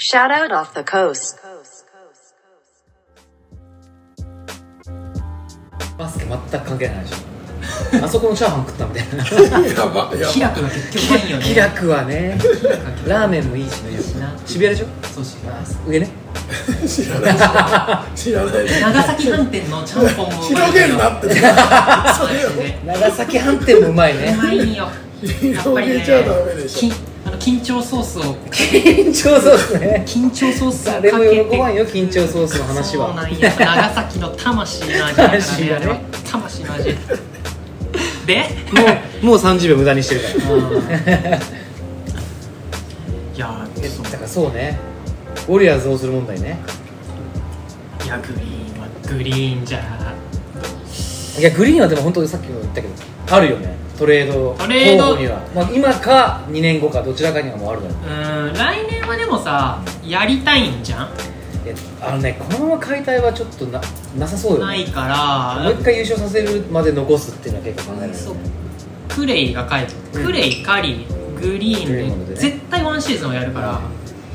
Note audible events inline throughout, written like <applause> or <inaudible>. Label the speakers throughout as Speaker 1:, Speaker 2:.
Speaker 1: Shout out off the coast.
Speaker 2: バスケ全く関係ない話あそこのチャーハン食ったみたいな
Speaker 3: やばいや
Speaker 4: 気楽が結局ないよね
Speaker 2: 気楽はねラーメンもいいし
Speaker 4: いいしな
Speaker 2: 渋谷でしょ
Speaker 4: そうします
Speaker 2: 上ね
Speaker 3: ばい知らない知らない
Speaker 4: 長崎飯店のちゃんぽんも
Speaker 3: 広げんなって
Speaker 4: そうですね
Speaker 2: 長崎飯店もうまいうね
Speaker 4: まいよやっぱ
Speaker 3: 広
Speaker 4: り
Speaker 3: げ
Speaker 4: ね
Speaker 3: ちゃダメでし
Speaker 4: きあの緊張ソースを
Speaker 2: 緊張ソースね
Speaker 4: 緊張ソースをかけ
Speaker 2: 誰
Speaker 4: て
Speaker 2: も喜ばんよ緊張ソースの話は
Speaker 4: そうなんや長崎の魂の味だから
Speaker 2: 魂は
Speaker 4: ねあ
Speaker 2: ね
Speaker 4: れは魂の味で
Speaker 2: もうもう30秒無駄にしてるから
Speaker 4: いやーそう
Speaker 2: だからそうねウォリアーズをする問題ね
Speaker 4: いやグリーンはグリーンじゃ
Speaker 2: いやグリーンはでも本当にさっきも言ったけどあるよねトレード
Speaker 4: トレード
Speaker 2: 候補には、まあ、今か2年後かどちらかにはもうあるだろう
Speaker 4: うーん来年はでもさやりたいんじゃん
Speaker 2: いやあのねこのまま解体はちょっとななさそうよ、ね、
Speaker 4: ないから
Speaker 2: もう一回優勝させるまで残すっていうのは結構考えられる
Speaker 4: そう
Speaker 2: よね
Speaker 4: クレイが帰って、
Speaker 2: うん
Speaker 4: クレイカリーグ
Speaker 2: グ
Speaker 4: リ
Speaker 2: リーン
Speaker 4: ー
Speaker 2: で
Speaker 4: ンで
Speaker 2: ね
Speaker 4: 絶対ワンシーズンをやるから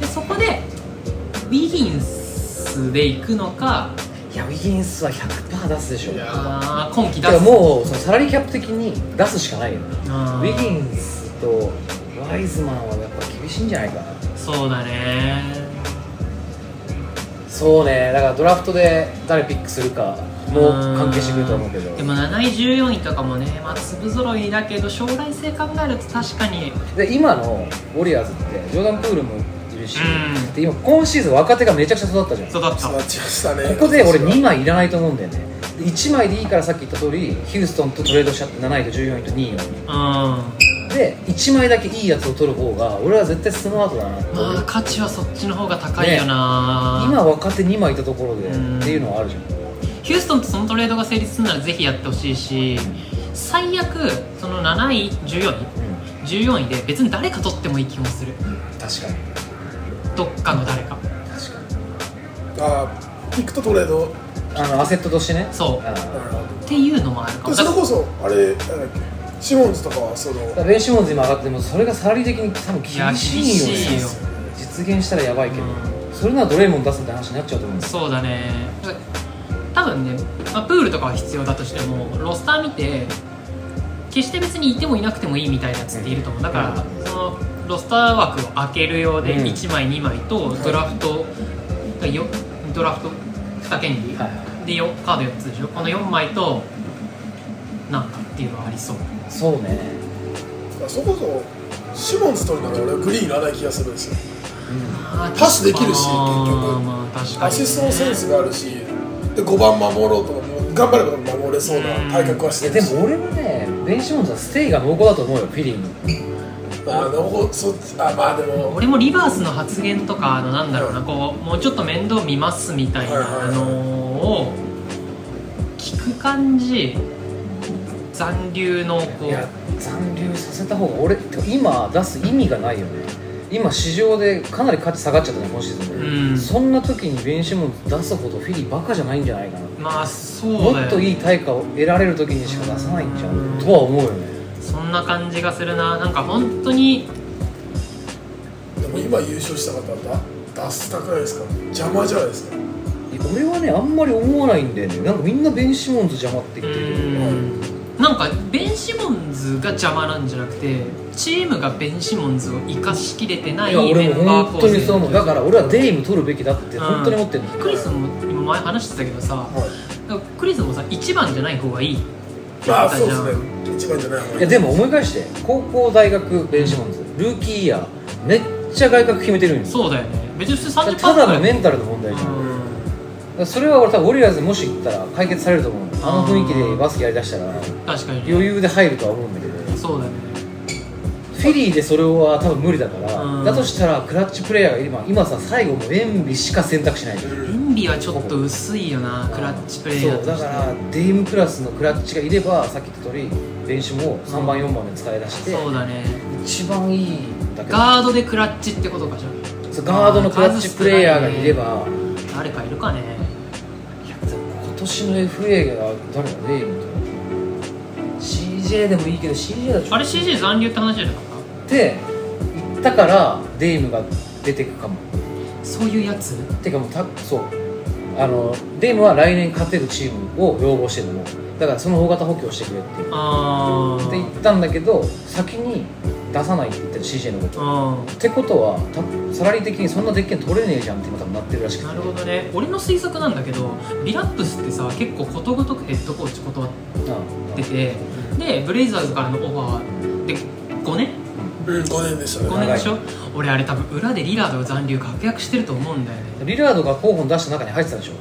Speaker 4: でそこでビギンスで行くのか
Speaker 2: いやウィギンスは100%出すでしょ
Speaker 3: いや
Speaker 4: あー今季
Speaker 2: い
Speaker 4: 出
Speaker 2: や
Speaker 4: す
Speaker 2: もうそのサラリーキャップ的に出すしかないよねウ
Speaker 4: あー
Speaker 2: ィギンスとワイズマンはやっぱ厳しいんじゃないかな
Speaker 4: そうだね
Speaker 2: そうねだからドラフトで誰ピックするかも関係してくると思うけど
Speaker 4: んでも7位14位とかもねまあ粒ぞろいだけど将来性考えると確かに
Speaker 2: で今のウォリアーズってジョーダン・プールもいるし、
Speaker 4: うん
Speaker 2: で今今シーズン若手がめちゃくちゃ育ったじゃん
Speaker 4: 育った
Speaker 3: 育ちましたね
Speaker 2: ここで俺2枚いらないと思うんだよねで1枚でいいからさっき言った通りヒューストンとトレードしちゃって7位と14位と2位を
Speaker 4: うんま
Speaker 2: で1枚だけいいやつを取る方が俺は絶対スマートだなって思う
Speaker 4: あ価値はそっちの方が高いよな、
Speaker 2: 今若手2枚いたところでって
Speaker 4: うん
Speaker 2: いうのはあるじゃん
Speaker 4: ヒューストンとそのトレードが成立するならぜひやってほしいし最悪その7位14位
Speaker 2: うん
Speaker 4: 14位で別に誰か取ってもいい気もする
Speaker 2: 確かに
Speaker 4: どっかの誰か
Speaker 2: 確かに
Speaker 3: あピックとトレード
Speaker 2: あのアセットとしてね
Speaker 4: そう
Speaker 2: あー
Speaker 4: っていうのもあるか
Speaker 3: で
Speaker 4: も
Speaker 3: それこそあれなんだっけシモンズとかはその
Speaker 2: だからベン・シモンズ今上がってもそれがサラリー的に多分
Speaker 4: いや
Speaker 2: 厳
Speaker 4: 厳
Speaker 2: しいよね
Speaker 4: しいよ
Speaker 2: 実現したらやばいけど、
Speaker 4: う
Speaker 2: それならドレイモン出すって話になっちゃうと思うんですよ
Speaker 4: そうだね多分ね、まあ、プールとかは必要だとしてもロスター見て決して別にいてもいなくてもいいみたいなやつっていると思うだからそのロスター枠を開けるようで
Speaker 2: うん
Speaker 4: 1枚2枚とドラフトがよドラフト2権利、
Speaker 2: はいは
Speaker 4: でよカード4つでしょこの4枚となんかっていうのはありそう
Speaker 2: いそうね
Speaker 3: そこそシモンズ取るなら俺はグリーンいらない気がするんですよパ
Speaker 4: パ
Speaker 3: スできるし結局
Speaker 4: まあ、確かに、ね、
Speaker 3: アシストのセンスがあるしで5番守ろうとかも頑張れば守れそうな体格はし
Speaker 2: いや
Speaker 3: て
Speaker 2: で
Speaker 3: るし
Speaker 2: も俺もねベン・シモンズはステイが濃厚だと思うよフィリーに
Speaker 3: あでもそっちあまあでも
Speaker 4: 俺もリバースの発言とかあのなんだろうなこうもうちょっと面倒見ますみたい
Speaker 3: はいはいはい
Speaker 4: なあのを聞く感じ残留のこ
Speaker 2: いうや残留させた方が俺てか今出す意味がないよね今市場でかなり価値下がっちゃったね今シーズンで、
Speaker 4: うん
Speaker 2: そんな時にベン・シモンズ出すほどフィリーバカじゃないんじゃないかな
Speaker 4: まあそうだよ、ね、
Speaker 2: もっといい対価を得られる時にしか出さないんじゃんとは思うよね
Speaker 4: そんな感じがするななんか本当に
Speaker 3: でも今優勝した方は出したくないですか邪魔じゃないですか
Speaker 2: 俺はねあんまり思わないんだよねなんかみんなベン・シモンズ邪魔って
Speaker 4: う
Speaker 2: 言ってるけど
Speaker 4: んなんかベン・シモンズが邪魔なんじゃなくてチームがベン・シモンズを生かしきれてないい
Speaker 2: や
Speaker 4: メ
Speaker 2: 俺も
Speaker 4: ンバー
Speaker 2: 本
Speaker 4: 構
Speaker 2: 当にそう
Speaker 4: 成
Speaker 2: 思うだから俺はデイム取るべきだって本当に思ってる
Speaker 4: クリスも今前話してたけどさ
Speaker 3: はい
Speaker 4: クリスもさ1番じゃない方がいいって言
Speaker 3: まあ
Speaker 4: ったじ
Speaker 3: そ
Speaker 4: ゃ
Speaker 3: うんですね一番じゃない方が
Speaker 2: いやでも思い返して高校大学ベン・シモンズルーキーイヤーめっちゃ外角決めてるんですよ
Speaker 4: そうだよね別に普通30%
Speaker 2: ただの
Speaker 4: ぐら
Speaker 2: メ
Speaker 4: い
Speaker 2: ンタルの問題じゃんだか
Speaker 4: うん
Speaker 2: らそれは俺多分ウォリアーズにもし行ったら解決されると思うあの雰囲気でバスケやりだしたら
Speaker 4: 確かに
Speaker 2: 余裕で入るとは思うんだけど
Speaker 4: そうだね
Speaker 2: フィリーでそれは多分無理だから、
Speaker 4: うん
Speaker 2: だとしたらクラッチプレイヤーが今今さ最後もうエンビしか選択しないじゃん
Speaker 4: インビはちょっと薄いよなクラッチプレイヤー
Speaker 2: そう
Speaker 4: と
Speaker 2: だ
Speaker 4: して
Speaker 2: からデイムクラスのクラッチがいればさっき言った通り練習も3番4番で使い出して、
Speaker 4: そうだね
Speaker 2: 一番いいんだけど
Speaker 4: ガードでクラッチってことかじゃん
Speaker 2: そうガードのクラッチプレイヤーがいれば
Speaker 4: 誰かいるかね
Speaker 2: 今年の FA が誰だデイムと CJ でもいいけど CJ だとちょ
Speaker 4: あ
Speaker 2: っ
Speaker 4: れ CG 残留って話じゃなかった
Speaker 2: とって言ったからデイムが出てくかも
Speaker 4: そそういうやつ
Speaker 2: てかもうたそうあのデームは来年勝てるチームを要望してるのもうだからその大型補強してくれっていう
Speaker 4: あ
Speaker 2: って言
Speaker 4: ー
Speaker 2: ったんだけど先に出さないって言ってる CJ のこと
Speaker 4: あ
Speaker 2: ってことはたサラリー的にそんなでっけん取れねえじゃんって今多分なってるらし
Speaker 4: ー
Speaker 2: く
Speaker 4: な
Speaker 2: て
Speaker 4: るほどね俺の推測なんだけどビラップスってさ結構ことごとくヘッドコーチ断っ
Speaker 2: うん
Speaker 4: ててでブレイザーズからのオファーで5年
Speaker 3: うん5年でしたね
Speaker 4: 5年でしょ俺あれ多分裏でリラードが残留確約してると思うんだよね
Speaker 2: リラードが候補に出した中に入ってたでしょ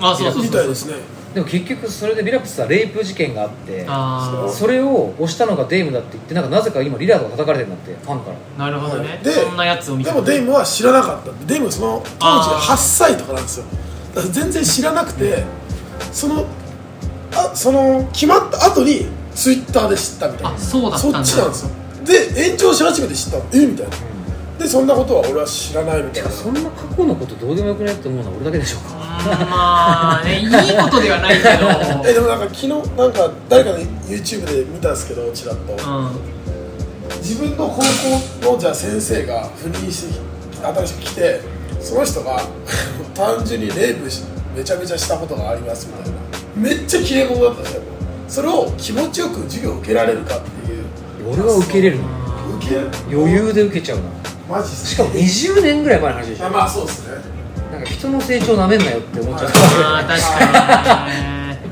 Speaker 4: あそうそう
Speaker 3: み
Speaker 4: そ
Speaker 3: たいうですね
Speaker 2: でも結局それでビラプスはレイプ事件があって
Speaker 4: あ
Speaker 2: それを押したのがデイムだって言ってなんかなぜか今リラードが叩かれてるんだってファンから
Speaker 4: あなるほどね
Speaker 3: で
Speaker 4: そんなやつを見
Speaker 3: で
Speaker 4: た
Speaker 3: もデイムは知らなかったデイムその当時が8歳とかなんですよだから全然知らなくてそのあその決まった後にツイッターで知ったみたい
Speaker 4: あ
Speaker 3: な
Speaker 4: そうだった
Speaker 3: そ
Speaker 4: んだ
Speaker 3: っちなんですよで延長し始めて知ったのえみたいなでそんなことは俺は知らないみた
Speaker 2: て
Speaker 3: いな
Speaker 2: かそんな過去のことどうでもよくないって思うのは俺だけでしょう
Speaker 4: うーん
Speaker 2: か
Speaker 4: まあねいいことではないけど
Speaker 3: えでもなんか昨日なんか誰かの YouTube で見たんですけどちらっと
Speaker 4: う
Speaker 3: 自分の高校のじゃあ先生が赴任してき新しく来てその人が <laughs> 単純にレイプしめちゃめちゃしたことがありますみたいなめっちゃ綺麗事だったんですよそれを気持ちよく授業を受けられるかっていう
Speaker 2: 俺は受け入れるの
Speaker 4: ん
Speaker 3: 受け
Speaker 2: 余裕で受けちゃうな
Speaker 3: マジっす
Speaker 2: しかも20年ぐらい前の話でし
Speaker 3: あ
Speaker 2: ょ
Speaker 3: まあそうですね
Speaker 2: なんか人の成長なめんなよって思っちゃう
Speaker 4: まあ確かにね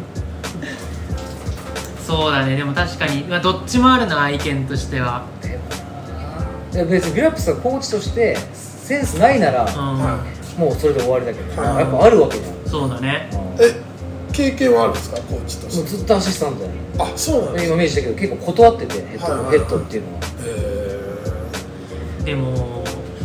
Speaker 4: そうだねでも確かに、まあ、どっちもあるな意見としては
Speaker 2: いや別にビラップスがコーチとしてセンスないなら
Speaker 4: うん、
Speaker 3: は
Speaker 2: もうそれで終わりだけど
Speaker 3: はい
Speaker 2: やっぱあるわけじゃん
Speaker 4: そうだね
Speaker 2: も
Speaker 3: いえ経験はあるんですかコーチと
Speaker 2: う
Speaker 3: して
Speaker 2: ずっとアシスタントだよ
Speaker 3: あそうなんです
Speaker 2: 今
Speaker 3: か
Speaker 2: 明治だけど結構断っててヘッド,、
Speaker 3: はいはいはい
Speaker 2: ヘッドっていうのは
Speaker 3: えー
Speaker 4: でも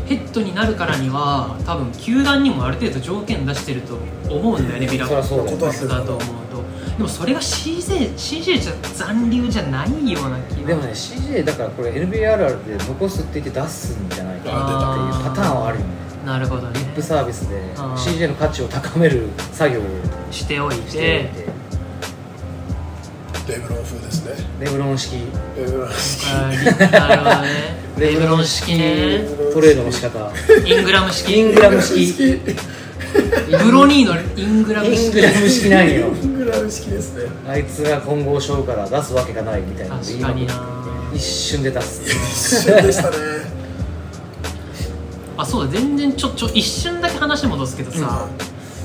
Speaker 4: ヘッドになるからには多分球団にもある程度条件出してると思うんだよねビラ
Speaker 2: そりゃそうだよ
Speaker 3: 断
Speaker 4: ボ
Speaker 3: って
Speaker 4: ス
Speaker 3: る
Speaker 4: だと思うとでもそれが CJ, CJ じゃ残留じゃないような気が
Speaker 2: でもね CJ だからこれ NBA あるあるで残すって言って出すんじゃないかなって
Speaker 4: あ
Speaker 2: い
Speaker 4: ー
Speaker 2: うパターンはあるよね
Speaker 4: なるほどね
Speaker 2: リップサービスで
Speaker 4: あー
Speaker 2: CJ の価値を高める作業を
Speaker 4: しておい
Speaker 2: しておい
Speaker 4: て
Speaker 2: て
Speaker 3: レブロン風ですね
Speaker 2: レブロン式
Speaker 3: レブロン
Speaker 4: あーなるほどねレブロン式ね
Speaker 2: トレードの仕方
Speaker 4: イングラム式
Speaker 2: イングラム式
Speaker 3: 好き
Speaker 4: ブロニーのイングラム
Speaker 2: イン
Speaker 4: 式
Speaker 2: グラム式なんよ
Speaker 3: イングラム式ですね
Speaker 2: あいつが混合しようから出すわけがないみたいな
Speaker 4: 確かにな
Speaker 2: 一瞬で出す
Speaker 3: <laughs> 一瞬でしたね
Speaker 4: あそうだ全然ちょちょ一瞬だけ話戻すけどさ、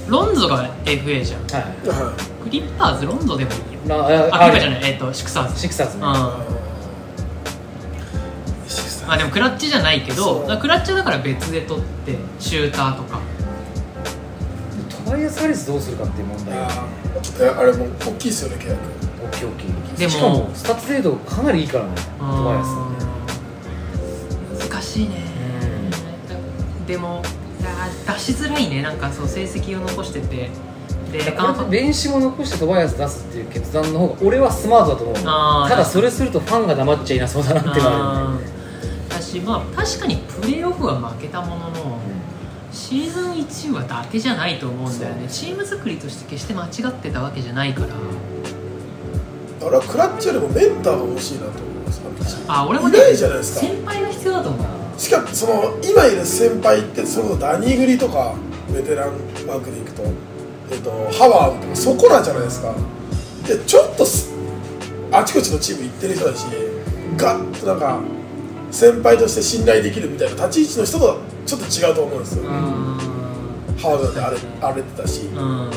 Speaker 4: ロンゾが FA じゃん
Speaker 2: はい
Speaker 3: は
Speaker 4: クリッパーズロンゾでもいいよ
Speaker 2: な
Speaker 4: あ
Speaker 2: あ
Speaker 4: クリッパーじゃ
Speaker 2: ない
Speaker 4: ないえっ、とシクサーズ
Speaker 2: シクサーズ
Speaker 4: うん
Speaker 2: ね
Speaker 4: ま
Speaker 3: い石井さん
Speaker 4: あでもクラッチじゃないけ
Speaker 3: そう
Speaker 4: どだからクラッチはだから別で取ってシューターとか
Speaker 2: トライアス・ハリスどうするかっていう問題が
Speaker 3: あーちょっとあれも大きいですよね契約
Speaker 2: 大きい大きい
Speaker 4: でも
Speaker 2: しかもスタッツレードかなりいいからねトライアスなんで
Speaker 4: うん難しいねでもあー出しづらいねなんかそう成績を残しててで
Speaker 2: これで練習も残してトバイアス出すっていう決断の方が俺はスマートだと思うの
Speaker 4: あー
Speaker 2: ただそれするとファンが黙っちゃいなそうだなっていうのはあるよね
Speaker 4: 私まあ確かにプレーオフは負けたもののシーズン1は伊達じゃないと思うんだよねチーム作りとして決して間違ってたわけじゃないから
Speaker 3: 俺はクラッチよりもメンターが欲しいなと思います私
Speaker 4: あ俺も
Speaker 3: いないじゃないですか
Speaker 4: 先輩が必要だと思う
Speaker 3: しかもその今いる先輩ってそれこそダニーグリとかベテランマークでいくと,、えっとハワードとかそこらじゃないですかでちょっとすあちこちのチーム行ってる人だしガッとなんか先輩として信頼できるみたいな立ち位置の人とはちょっと違うと思うんですよ、
Speaker 4: う
Speaker 3: ハ
Speaker 4: ん
Speaker 3: ワードだって荒れ荒れてたし、
Speaker 4: うん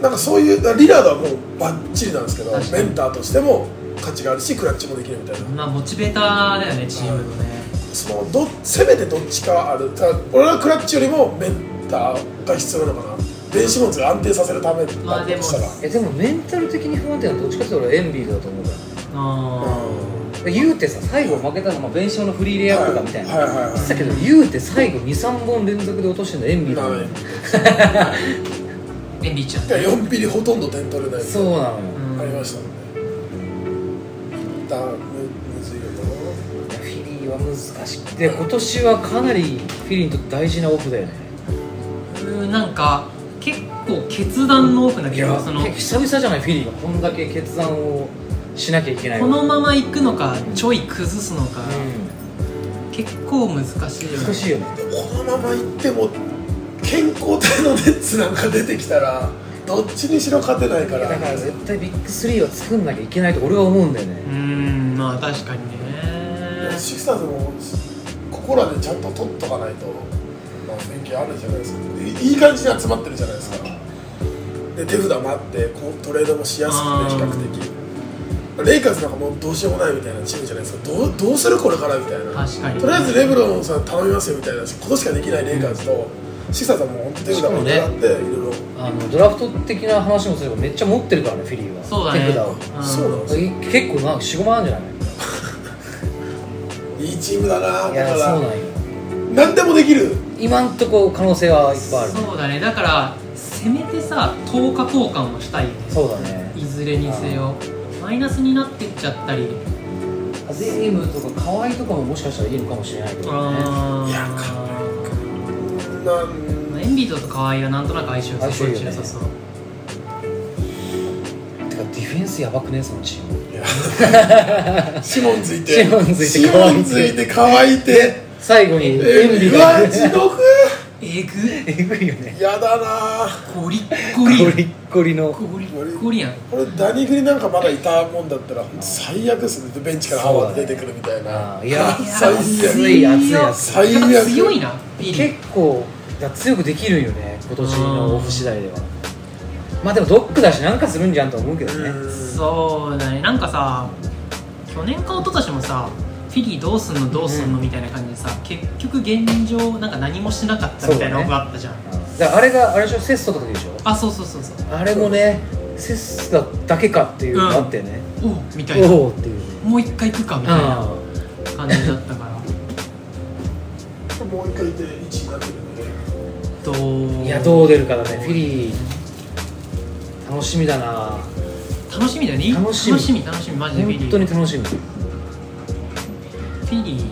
Speaker 3: なんかそういうだからリラードはもうバッチリなんですけど
Speaker 4: 確かに
Speaker 3: メンターとしても価値があるしクラッチもできるみたいな
Speaker 4: まあモチベーターだよねチームのね
Speaker 3: そのどせめてどっちかはあるだから俺はクラッチよりもメンターが必要なのかな電子物を安定させるためだ
Speaker 4: まあで
Speaker 3: と
Speaker 4: も
Speaker 3: したら、
Speaker 2: えでもメンタル的に不安定なのはどっちかっていうと俺はエンビードだと思うか
Speaker 4: あ
Speaker 2: らで言うてさ最後負けたのは弁償のフリーレイアップだみたいな
Speaker 3: はいはいはいはい
Speaker 2: 言ってたけど言うて最後23本連続で落としてるのエンビードなのよ
Speaker 4: あエンビーちゃん
Speaker 3: だから4ピリほとんど点取れない
Speaker 2: そうなのよ
Speaker 4: うん
Speaker 3: ありましたもんねだからむむずいよない
Speaker 2: やフィリーは難しくて今年はかなりフィリーにとって大事なオフだよね
Speaker 4: うんなんか結構決断の多くな気がその
Speaker 2: 久々じゃないフィリーがこんだけ決断をしなきゃいけない
Speaker 4: このまま行くのかちょい崩すのか
Speaker 2: う
Speaker 4: 結結構難しいよね
Speaker 2: 難しいよね
Speaker 3: このままいっても健康体のネッツなんか出てきたらどっちにしろ勝てないか
Speaker 2: だ
Speaker 3: ら
Speaker 2: から絶対ビッグ3を作んなきゃいけないと俺は思うんだよ
Speaker 4: うー
Speaker 2: ね
Speaker 4: んまあ確かにね
Speaker 3: シクサーズもここらでちゃんと取っとかないと、まあ、雰囲気あるじゃないですかでいい感じに集まってるじゃないですかで手札もあってこうトレードもしやすくて比較的レイカーズなんかもうどうしようもないみたいなチームじゃないですかどうどうするこれからみたいな
Speaker 4: 確かに
Speaker 3: とりあえずレブロンさん頼みますよみたいなことしかできないレイカーズとシクサーズはもう本当手札も狙っていろいろ
Speaker 2: あのドラフト的な話もすればめっちゃ持ってるからねフィリーは
Speaker 4: そうだね
Speaker 2: 手札を
Speaker 4: うん
Speaker 3: そうなの
Speaker 2: 結構なんか45万あるんじゃない
Speaker 3: いいチームだない
Speaker 2: や
Speaker 3: だか
Speaker 2: そうな
Speaker 3: ら
Speaker 2: んよ
Speaker 3: 何でもできる
Speaker 2: 今んとこ可能性はいっぱいある
Speaker 4: そうだねだからせめてさ10日交換をしたいよね
Speaker 2: そうだね
Speaker 4: いずれにせよマイナスになってっちゃったり
Speaker 2: ゼイムとか河合とかももしかしたらいいのかもしれないけどね
Speaker 4: あ
Speaker 3: いやなん
Speaker 4: ーエンビードと河合はなんとなく相性良さそう
Speaker 2: 相性い
Speaker 4: っ
Speaker 2: い
Speaker 4: ち
Speaker 2: よ
Speaker 4: ゃ
Speaker 2: ね
Speaker 4: さそう
Speaker 2: てかディフェンスやばくねそのチーム
Speaker 3: いやシモンついて
Speaker 2: シモンついて
Speaker 3: シモンついて乾いて
Speaker 2: 最後に <laughs> エンビ
Speaker 3: う
Speaker 2: が
Speaker 3: わ地獄
Speaker 4: えぐ
Speaker 2: えぐいよ <laughs> ね
Speaker 3: やだな
Speaker 4: ゴリッ
Speaker 2: ゴ
Speaker 4: ゴ
Speaker 2: リ
Speaker 4: リやん
Speaker 2: ッゴリの
Speaker 4: ゴリッゴリやん
Speaker 3: これダニグリなんかまだいたもんだったら本当最悪ですねベンチからハワー出てくるみたいな
Speaker 2: あーいや
Speaker 4: いや
Speaker 3: 最悪
Speaker 2: 熱い熱い熱
Speaker 3: 最悪
Speaker 4: やっぱ強いなビリ
Speaker 2: 結構だから強くできるんよね今年のオフ次第ではまあでもドックだしなんかするんじゃんと思うけどね
Speaker 3: うん
Speaker 4: そうだねなんかさ去年か一昨年もさフィリーどうすんのどうすんのみたいな感じでさ結局現状なんか何もしなかったみたいなのがあったじゃん、
Speaker 2: だからあれがあれでしょセストとかでしょ
Speaker 4: あそうそうそうそう
Speaker 2: あれもねセストだけかっていうのがあってね、
Speaker 4: おうみたいな
Speaker 2: おおっていうね
Speaker 4: もう一回行くかみたいな感じだったから
Speaker 3: もう一回いて1位になってるんで
Speaker 4: どう
Speaker 2: いやどう出るかだねフィリー楽しみだな
Speaker 4: 楽しみだよね
Speaker 2: 楽しみ
Speaker 4: 楽しみ楽しみマジでフィリ
Speaker 2: 本
Speaker 4: ー
Speaker 2: 当に楽しみ
Speaker 4: フィリー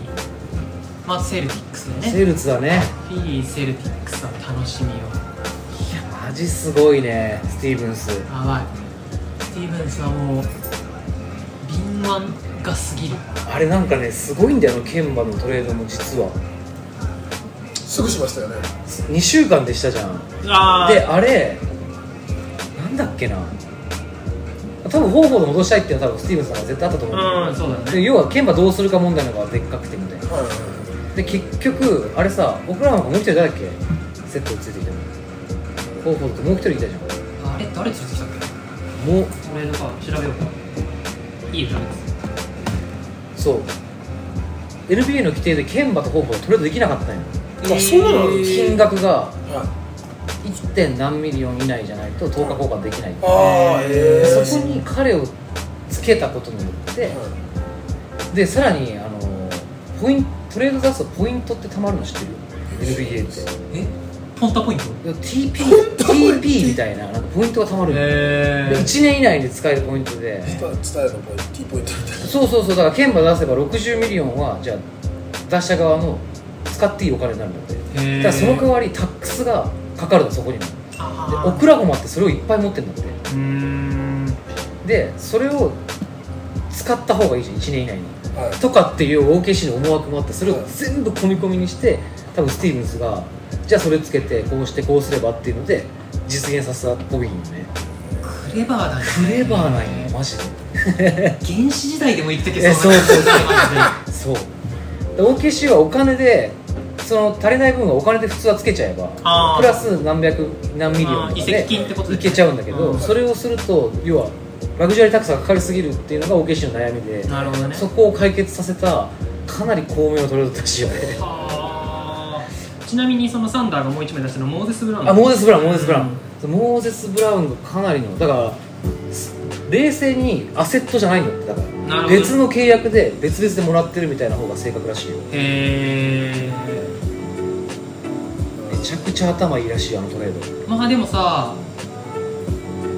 Speaker 4: まあセルティックスだ
Speaker 2: セ
Speaker 4: ね
Speaker 2: ールツだね
Speaker 4: フィリーセルティックスは楽しみよ
Speaker 2: マジすごいねスティーブンス
Speaker 4: やばいスティーブンスはもう敏腕が過ぎる
Speaker 2: あれなんかねすごいんだよあのケンバのトレードも実は
Speaker 3: すぐしましたよね
Speaker 2: 2週間でしたじゃん
Speaker 4: あ
Speaker 2: であれなんだっけな多分方法で戻したいっていうのは多分スティーブンスさんが絶対あったと思う、
Speaker 4: うんそうだね
Speaker 2: で要はケンバどうするか問題の方がでっかくてみたいな
Speaker 3: はいはい
Speaker 2: で結局あれさ僕らなんかもう一人誰だっけセットについてきたの方法ともう一人いたじゃん
Speaker 4: あえ誰連れてきたっけ
Speaker 2: もう
Speaker 4: トレードか調べようかいいよ調べて
Speaker 2: そう NBA の規定でケンバとホーフはトレードできなかったんよ
Speaker 3: あそうなの
Speaker 2: 金
Speaker 4: が
Speaker 2: 額が
Speaker 3: はい
Speaker 2: 1. 点何ミリオン以内じゃないと10日交換できない
Speaker 3: ああえ
Speaker 2: で
Speaker 3: え
Speaker 2: そこに彼をつけたことによってでさらにあのポイントレード出すとポイントってたまるの知ってる NBA って
Speaker 4: えポンタポイント
Speaker 2: TP,
Speaker 3: ポイント
Speaker 2: TP みたいななんかポイントがたまるの、
Speaker 4: へ
Speaker 2: で1年以内で使えるポイントで
Speaker 3: 伝えるのポイント T ポイントみたいな
Speaker 2: そうそうそうだから剣馬出せば60ミリオンはじゃあ出した側の使っていいお金になるのでだからその代わりタックスがかかるのそこにもで
Speaker 4: あ
Speaker 2: オクラホマってそれをいっぱい持ってるんだって
Speaker 4: ーうーん
Speaker 2: でそれを使った方がいいじゃん1年以内に
Speaker 3: はい
Speaker 2: とかっていう OKC の思惑もあってそれを全部込み込みにして多分スティーブンスがじゃあそれつけてこうしてこうすればっていうので実現させたっぽいよね
Speaker 4: クレバーだね
Speaker 2: クレバーなんよマジで
Speaker 4: 原始時代でも言ってけ
Speaker 2: え
Speaker 4: そうな
Speaker 2: そうそう
Speaker 4: マ
Speaker 2: そうで OKC はお金でその足りない分はお金で普通はつけちゃえば
Speaker 4: あー
Speaker 2: プラス何百何ミリオンと
Speaker 4: ジ
Speaker 2: か
Speaker 4: で移
Speaker 2: で
Speaker 4: 籍金ってことで
Speaker 2: いけちゃうんだけど、
Speaker 4: うん
Speaker 2: それをすると要はラグジュアリータックスがかかりすぎるっていうのが OKC の悩みで
Speaker 4: <laughs> なるほどね
Speaker 2: そこを解決させたかなり巧妙なトレードだしよね
Speaker 4: あーちなみにそのサンダーがもう一枚出したのはモーゼス・ブラウン
Speaker 2: あモーゼス・ブラウンモーゼス・ブラウ
Speaker 4: うん
Speaker 2: ン、モーゼス・ブラウンがかなりのだからす冷静にアセットじゃないんだってだか
Speaker 4: なる
Speaker 2: ら
Speaker 4: ほど
Speaker 2: 別の契約で別々でもらってるみたいな方が正確らしいよ
Speaker 4: へえ
Speaker 2: めちゃくちゃ頭いいらしいあのトレード
Speaker 4: まあでもさ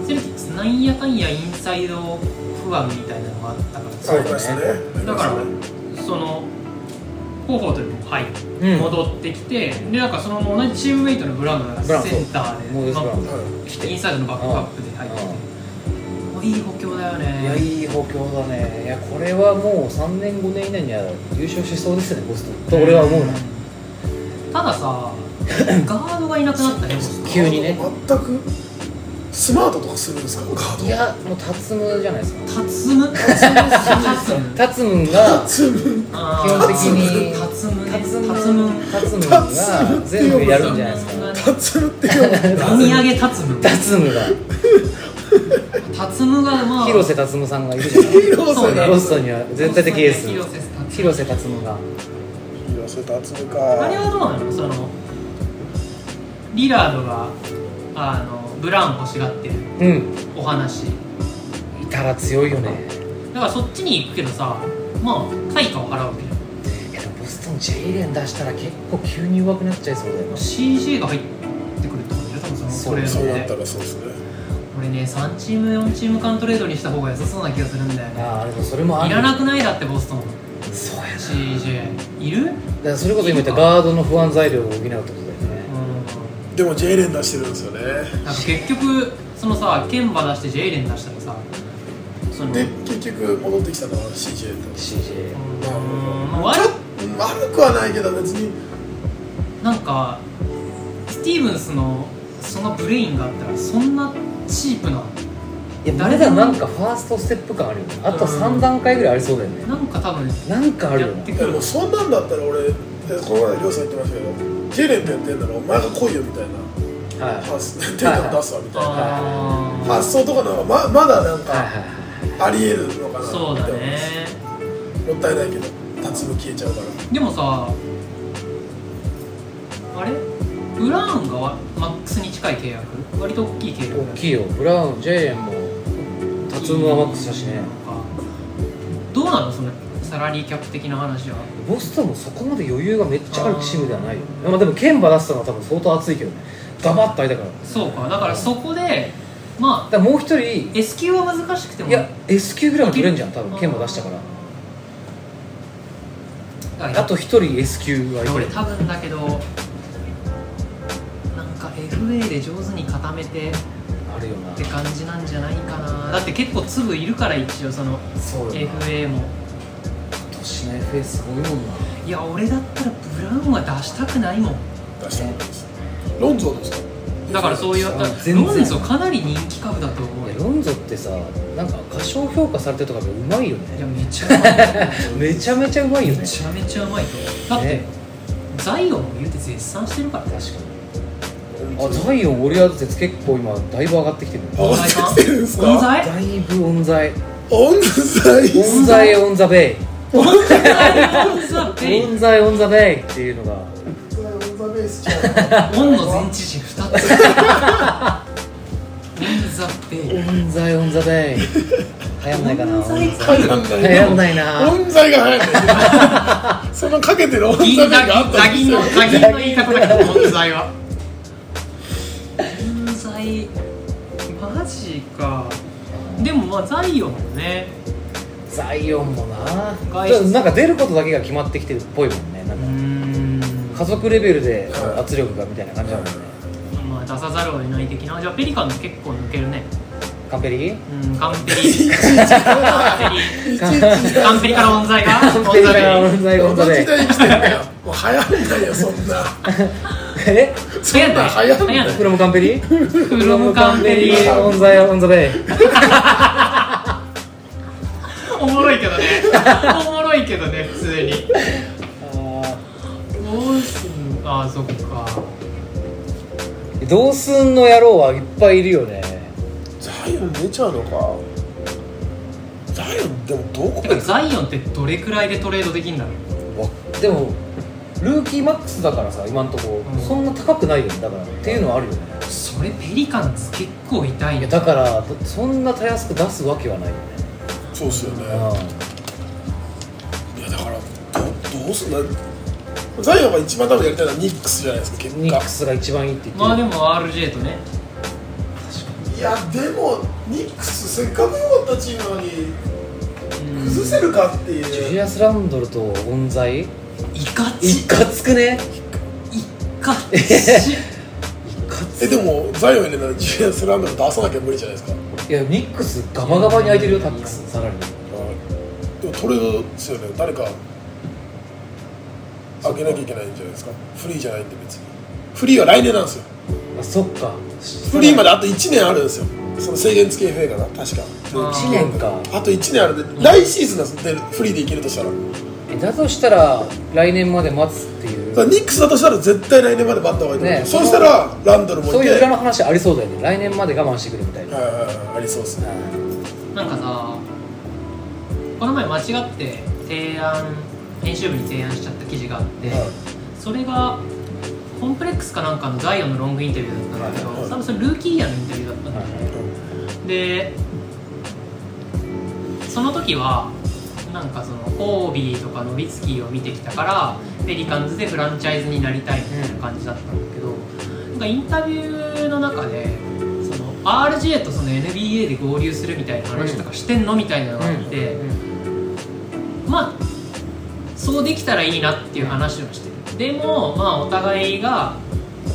Speaker 4: セルティックスなんやかんやインサイド不安みたいなのがあったからさ
Speaker 2: そう
Speaker 3: ありましたね
Speaker 4: だからその広報というのも入って
Speaker 2: うん
Speaker 4: 戻ってきて、でなんかその同じチームメイトのブラウンが
Speaker 2: ブラウン
Speaker 4: センターで
Speaker 2: モーゼス・ブラウン
Speaker 4: まあインサイドのバックアップで入ってて
Speaker 2: うん
Speaker 4: まあ、もいい補強だよね
Speaker 2: いやいい補強だねいやこれはもう3年5年以内には優勝しそうですよねボストンと俺は思うな
Speaker 4: た
Speaker 2: <laughs>
Speaker 4: ださガードがいなくなったねボストン
Speaker 2: 急にね
Speaker 3: 全くスマートとかするんですかガード
Speaker 2: いやもう辰巳じゃないですか
Speaker 4: タツムタツムタツ
Speaker 2: 辰
Speaker 4: ム
Speaker 2: 巳が
Speaker 3: つむ
Speaker 4: あー
Speaker 2: 基本的に
Speaker 4: タツムね
Speaker 2: 辰巳
Speaker 4: タツ
Speaker 2: 辰
Speaker 4: ム
Speaker 2: 巳が全部やるんじゃないですか
Speaker 3: たつむっていう
Speaker 4: お土産タツム
Speaker 2: 辰巳が
Speaker 4: タツムがまあ
Speaker 2: 広瀬辰巳さんがいるじゃない
Speaker 3: 広
Speaker 4: そう
Speaker 3: 瀬
Speaker 4: ね
Speaker 3: だ
Speaker 2: ロストンには絶対的エース
Speaker 4: 広瀬さん
Speaker 2: 広瀬辰巳が
Speaker 3: 広瀬たつむ
Speaker 4: あれ
Speaker 3: か
Speaker 4: はどうなのそのリラードがあのブラウン欲しがってる
Speaker 2: うん
Speaker 4: お話
Speaker 2: いたら強いよね
Speaker 4: だからそっちに行くけどさまあ対価を払うわけじゃん
Speaker 2: いやでもボストンジェイレン出したら結構急に弱くなっちゃいそうだよね
Speaker 4: CG が入ってくるってことでしょ多分そのトレ
Speaker 3: そうなっ
Speaker 4: ー
Speaker 3: た
Speaker 4: ドで
Speaker 3: らそうですね
Speaker 4: 俺ね3チーム4チーム間トレードにした方が良さそうな気がするんだよね
Speaker 2: ああでもそれもあ
Speaker 4: い
Speaker 2: る
Speaker 4: らなくないだってボストン
Speaker 2: そうやな
Speaker 4: CG いるうん
Speaker 2: だからそれこそ今言ったガードの不安材料を補うってことだよね
Speaker 3: でも J レン出してるんですよね
Speaker 4: なんか結局そのさケンバ出してジェイレン出したらさその
Speaker 3: で結局戻ってきたのは CJ と
Speaker 2: CJ
Speaker 4: うんまあ悪く
Speaker 3: 悪くはないけど別に
Speaker 4: なんかスティーブンスのそのブレインがあったらそんなチープない
Speaker 2: や誰だなんかファーストステップ感あるよねあと3段階ぐらいありそうだよね
Speaker 4: なんか多分
Speaker 2: なんかある
Speaker 4: や
Speaker 2: よ
Speaker 4: って
Speaker 2: ね
Speaker 4: く
Speaker 3: で
Speaker 4: る
Speaker 3: もそんなんだったら俺この前りょうさん言ってましたけど J レンとやってんならお前が来いよみたいな
Speaker 2: は
Speaker 3: パス手を出すわみたいな
Speaker 4: ああ
Speaker 3: 発想とかの方がままだな
Speaker 2: いはい
Speaker 3: んか
Speaker 2: は
Speaker 3: ありえるのかなって
Speaker 4: そ
Speaker 3: 思
Speaker 4: う
Speaker 3: い
Speaker 4: だ
Speaker 3: ます
Speaker 4: ね
Speaker 3: もったいないけど辰巳消えちゃうから
Speaker 4: でもさあれブラウンがわマックスに近い契約割と大きい契
Speaker 2: い
Speaker 4: 約
Speaker 2: 大きいよブラウンジェイレンも辰巳はマックスだしね
Speaker 4: どうなのそのサラリーキャップ的な話は
Speaker 2: ボストンもそこまで余裕がめっちゃあるチームではないよねまあでも剣馬出したのは多分相当熱いけどねガバッと開いたからだ
Speaker 4: そうかだからそこでまあ
Speaker 2: からもう一人
Speaker 4: S 級は難しくても
Speaker 2: いや S 級ぐらいは取れんじゃん多分剣馬出したから
Speaker 4: だから
Speaker 2: あと一人 S 級はい
Speaker 4: 俺
Speaker 2: る
Speaker 4: 多分だけどなんか FA で上手に固めてっ
Speaker 2: あるよな
Speaker 4: て感じなんじゃないかなだって結構粒いるから一応その
Speaker 2: そうよな
Speaker 4: FA も
Speaker 2: 年の FA すごいもんない
Speaker 4: や俺だったらブラウンは出したくないもん
Speaker 3: 出したことですロンゾーですか
Speaker 4: だからそういう
Speaker 2: あ
Speaker 4: だ
Speaker 2: 全然
Speaker 4: ロンゾかなり人気株だと思
Speaker 2: いうや
Speaker 4: よ
Speaker 2: ロンゾってさなんか過小評価されてるとかがうまいよ
Speaker 4: いや
Speaker 2: ね
Speaker 4: めちゃうまいと思
Speaker 2: めちゃめちゃうまいうよね
Speaker 4: めちゃめちゃうまいと思うだって、
Speaker 2: ね
Speaker 4: ザイオンも言うて絶賛してるから
Speaker 2: 確かにあザイオンウォリアーズ説結構今だいぶ上がってきてる
Speaker 3: あ
Speaker 4: オン
Speaker 3: 落
Speaker 4: ザイ
Speaker 3: ち
Speaker 4: さ
Speaker 3: てきて
Speaker 4: ん
Speaker 3: るんです
Speaker 4: オン
Speaker 3: か
Speaker 4: ザイ
Speaker 2: だいぶオンザイ
Speaker 3: オンザイ
Speaker 2: オンザイオンザベ
Speaker 4: オンザイオンザベ
Speaker 2: イ
Speaker 4: イ
Speaker 2: オンザイオンザベイっていうのが
Speaker 3: オンザベースちゃ
Speaker 4: オンの前置詞2つオンザベ
Speaker 2: オ
Speaker 4: イ
Speaker 2: ンザイオンザベイ流行んないかなオンザイ
Speaker 3: う流行
Speaker 2: 流
Speaker 3: んない
Speaker 2: 行んないな
Speaker 3: オンザイが流行ってるそのかけてるオンザイ
Speaker 4: 銀座
Speaker 3: があったんで
Speaker 4: 銀
Speaker 3: す
Speaker 4: 座
Speaker 3: よ
Speaker 4: のザギンの言い方だけど問題は問題マジかでもまあザイオンもね
Speaker 2: ザイオンもな
Speaker 4: 外
Speaker 2: ちょっ
Speaker 4: 出
Speaker 2: となんか出ることだけが決まってきてるっぽいもんねなん
Speaker 4: う
Speaker 2: か
Speaker 4: ーん
Speaker 2: 家族レベルで圧力がみたいな感じなのね
Speaker 4: まあ出さざるを得ない的なじゃあペリカン結構抜けるね
Speaker 2: カンペリ
Speaker 4: うんカンペ
Speaker 2: <laughs>
Speaker 3: い
Speaker 4: リカンペ
Speaker 3: ちいち
Speaker 4: リカンペリからオンザイが
Speaker 2: カンペリからオンザイオ
Speaker 3: 同
Speaker 2: ンザ
Speaker 3: じ
Speaker 2: ベ
Speaker 3: 時
Speaker 2: イ
Speaker 3: 代に来てるんだよもう流行んないよそんな
Speaker 2: え
Speaker 4: 流行んない
Speaker 3: 流行んない
Speaker 4: 流行んない
Speaker 2: フロムカンペリ
Speaker 4: フ
Speaker 2: フ
Speaker 4: ロムカンペリ
Speaker 2: オンザイオンザベイ
Speaker 4: おもろいけどねおもろいけどね普通にどうすんあーそっか
Speaker 2: どうすんの野郎はいっぱいいるよね
Speaker 3: ザイオン出ちゃうのかザイオンでもどこ
Speaker 4: て
Speaker 3: で
Speaker 4: かザイオンってどれくらいでトレードできんだろう
Speaker 2: わでもルーキーマックスだからさ今んとこ、
Speaker 4: うん
Speaker 2: そんな高くないよねだからっていうのはあるよね
Speaker 4: それペリカンズ結構痛い
Speaker 2: い
Speaker 4: ね
Speaker 2: やだからそんなたやすく出すわけはないよね
Speaker 3: そうっすよね
Speaker 2: う
Speaker 3: いやだからどどうすんだザイオンが一番多分やりたいのはニックスじゃないですか結
Speaker 2: んニッ
Speaker 3: 果
Speaker 2: クスが一番いいって言ってる
Speaker 4: まあでも RJ とね
Speaker 3: いやでもニックスせっかく良かったチームなのに崩せるかって
Speaker 2: ジュリ
Speaker 3: いう
Speaker 2: アス・ランドルとオンザイい
Speaker 4: いかつい
Speaker 2: かつくね <laughs>
Speaker 4: かつい
Speaker 2: いかつ
Speaker 3: えでも財を入れたら GS ランドム出さなきゃ無理じゃないですか
Speaker 2: いやミックスガバガバに空いてるよタックスさらに
Speaker 3: でも取れるですよね誰か開けなきゃいけないんじゃないですかフリーじゃないんで別にフリーは来年なんですよ
Speaker 2: あそっか
Speaker 3: フリーまであと1年あるんですよその制限付き FA かな確か
Speaker 2: 1年か
Speaker 3: あと1年あるんで来シーズンなんですよでフリーでいけるとしたらだ
Speaker 2: えだとしたら来年まで待つっていう
Speaker 3: からニックスだとしたら絶対来年まで待った方がいいと思う、
Speaker 2: ね
Speaker 3: そうしたらランドルもいて
Speaker 2: そういう裏の話ありそうだよね来年まで我慢してくれみたいな、
Speaker 3: はいはいはいありそうですね
Speaker 4: なんかさこの前間違って提案編集部に提案しちゃった記事があって、
Speaker 3: はい
Speaker 4: それがコンプレックスかなんかのザイオンのロングインタビューだったんだけど、
Speaker 3: はい
Speaker 4: 多分それルーキーイヤーのインタビューだったんだよねでその時はなんかそのコービーとかノビツキーを見てきたからペリカンズでフランチャイズになりたいみたいな感じだったんだけど、なんかインタビューの中でその RJ とその NBA で合流するみたいな話とかしてんのみたいなのがあって、
Speaker 2: うん
Speaker 4: まあそうできたらいいなっていう話をしてるでもまあお互いが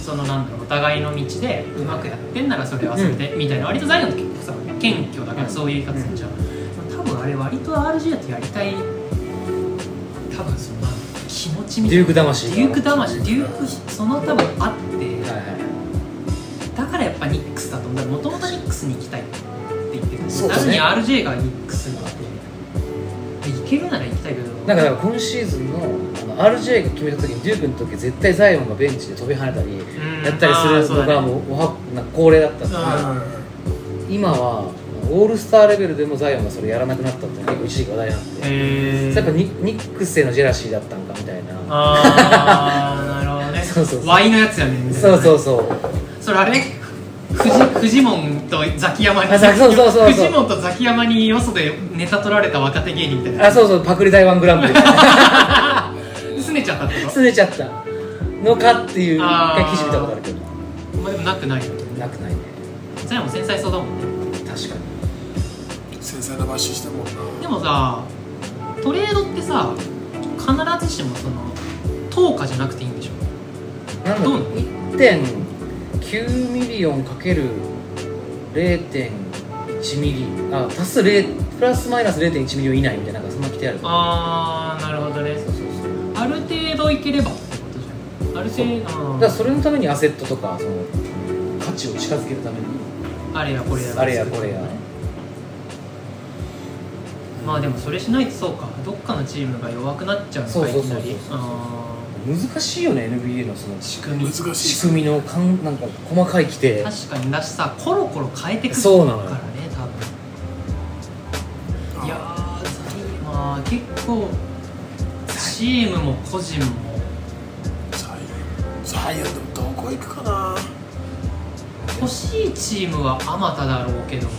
Speaker 4: そのなんだろうお互いの道でうまくやってんならそれはそれで、みたいな割と財務って結構さ謙虚だからそういう言い方するじゃん、多分あれ割と RJ とやりたい多分そのなんだろう気持ちみたい
Speaker 2: デュ
Speaker 4: な
Speaker 2: ーク魂
Speaker 4: デューク魂デュークその多分あって、
Speaker 2: はいはい
Speaker 4: だからやっぱニックスだと思うもともとニックスに行きたいって言ってたし
Speaker 3: そうですね
Speaker 4: 単に RJ がニックスに行って行けるなら行きたいけど
Speaker 2: なんかだから今シーズンのあの RJ が決めた時にデュークの時絶対ザイオンがベンチで飛び跳ねたり
Speaker 4: ん
Speaker 2: やったり
Speaker 4: あー
Speaker 2: す
Speaker 4: そ
Speaker 2: る
Speaker 4: う
Speaker 2: の
Speaker 4: だね
Speaker 2: がもうおはなんか恒例だったんで
Speaker 4: はい
Speaker 2: 今はオールスターレベルでもザイオンがそれやらなくなったっていうのが結構一時期話題なんで
Speaker 4: へ
Speaker 2: やっぱニニックスへのジェラシーだったんかみたいな
Speaker 4: あーなるほどね
Speaker 2: <laughs> そうそうそう
Speaker 4: Y のやつやねん
Speaker 2: そうそううそう
Speaker 4: それあれフジフジモンとザキヤマに
Speaker 2: あそうそうそうそう
Speaker 4: フジモンとザキヤマによそでネタ取られた若手芸人みたい
Speaker 2: <laughs>
Speaker 4: な
Speaker 2: あそうそうパクリ台湾グランプリ
Speaker 4: <laughs> すねちゃったってこと
Speaker 2: すねちゃったのかっていう一
Speaker 4: あー
Speaker 2: 回記事見たことあるけど
Speaker 4: まあでもなくないよ
Speaker 2: なくないね
Speaker 4: それも繊細そうだもんね
Speaker 2: 確かに
Speaker 3: 繊細なバッシュしてもんな
Speaker 4: でもさトレードってさ必ずしもその投下じゃなくていいんでしょ
Speaker 2: なんだ
Speaker 4: どう
Speaker 2: ろ
Speaker 4: な
Speaker 2: う
Speaker 4: の
Speaker 2: 1.9ミリオンかける0.1ミリあ足す0プラスマイナス0.1ミリオン以内みたいななんかそんな規定あるそう
Speaker 4: あーなるほどね
Speaker 2: そうそう
Speaker 4: ある程度いければってことじゃんある
Speaker 2: だ
Speaker 4: 程
Speaker 2: から
Speaker 4: 度
Speaker 2: それのためにアセットとかその価値を近づけるために
Speaker 4: あれやこれや
Speaker 2: あれやこれや
Speaker 4: まあでもそれしないとそうかどっかのチームが弱くなっちゃうの
Speaker 2: そう
Speaker 4: かい
Speaker 2: そう
Speaker 4: き
Speaker 2: そうそう
Speaker 4: なりあ
Speaker 2: 難しいよね NBA のその
Speaker 4: ー
Speaker 2: 仕
Speaker 4: 仕組み
Speaker 3: 難しい
Speaker 2: 仕組みのかんなんか細かい規定
Speaker 4: 確かにだしさコロコロ変えてくるか
Speaker 2: そ
Speaker 4: ら
Speaker 2: うな
Speaker 4: ね
Speaker 2: のよ
Speaker 4: 多分いやーザイまあ結構チームも個人も
Speaker 3: ザイオンザイオンでもどこ行くかな
Speaker 4: 欲しいチームはあまただろうけどど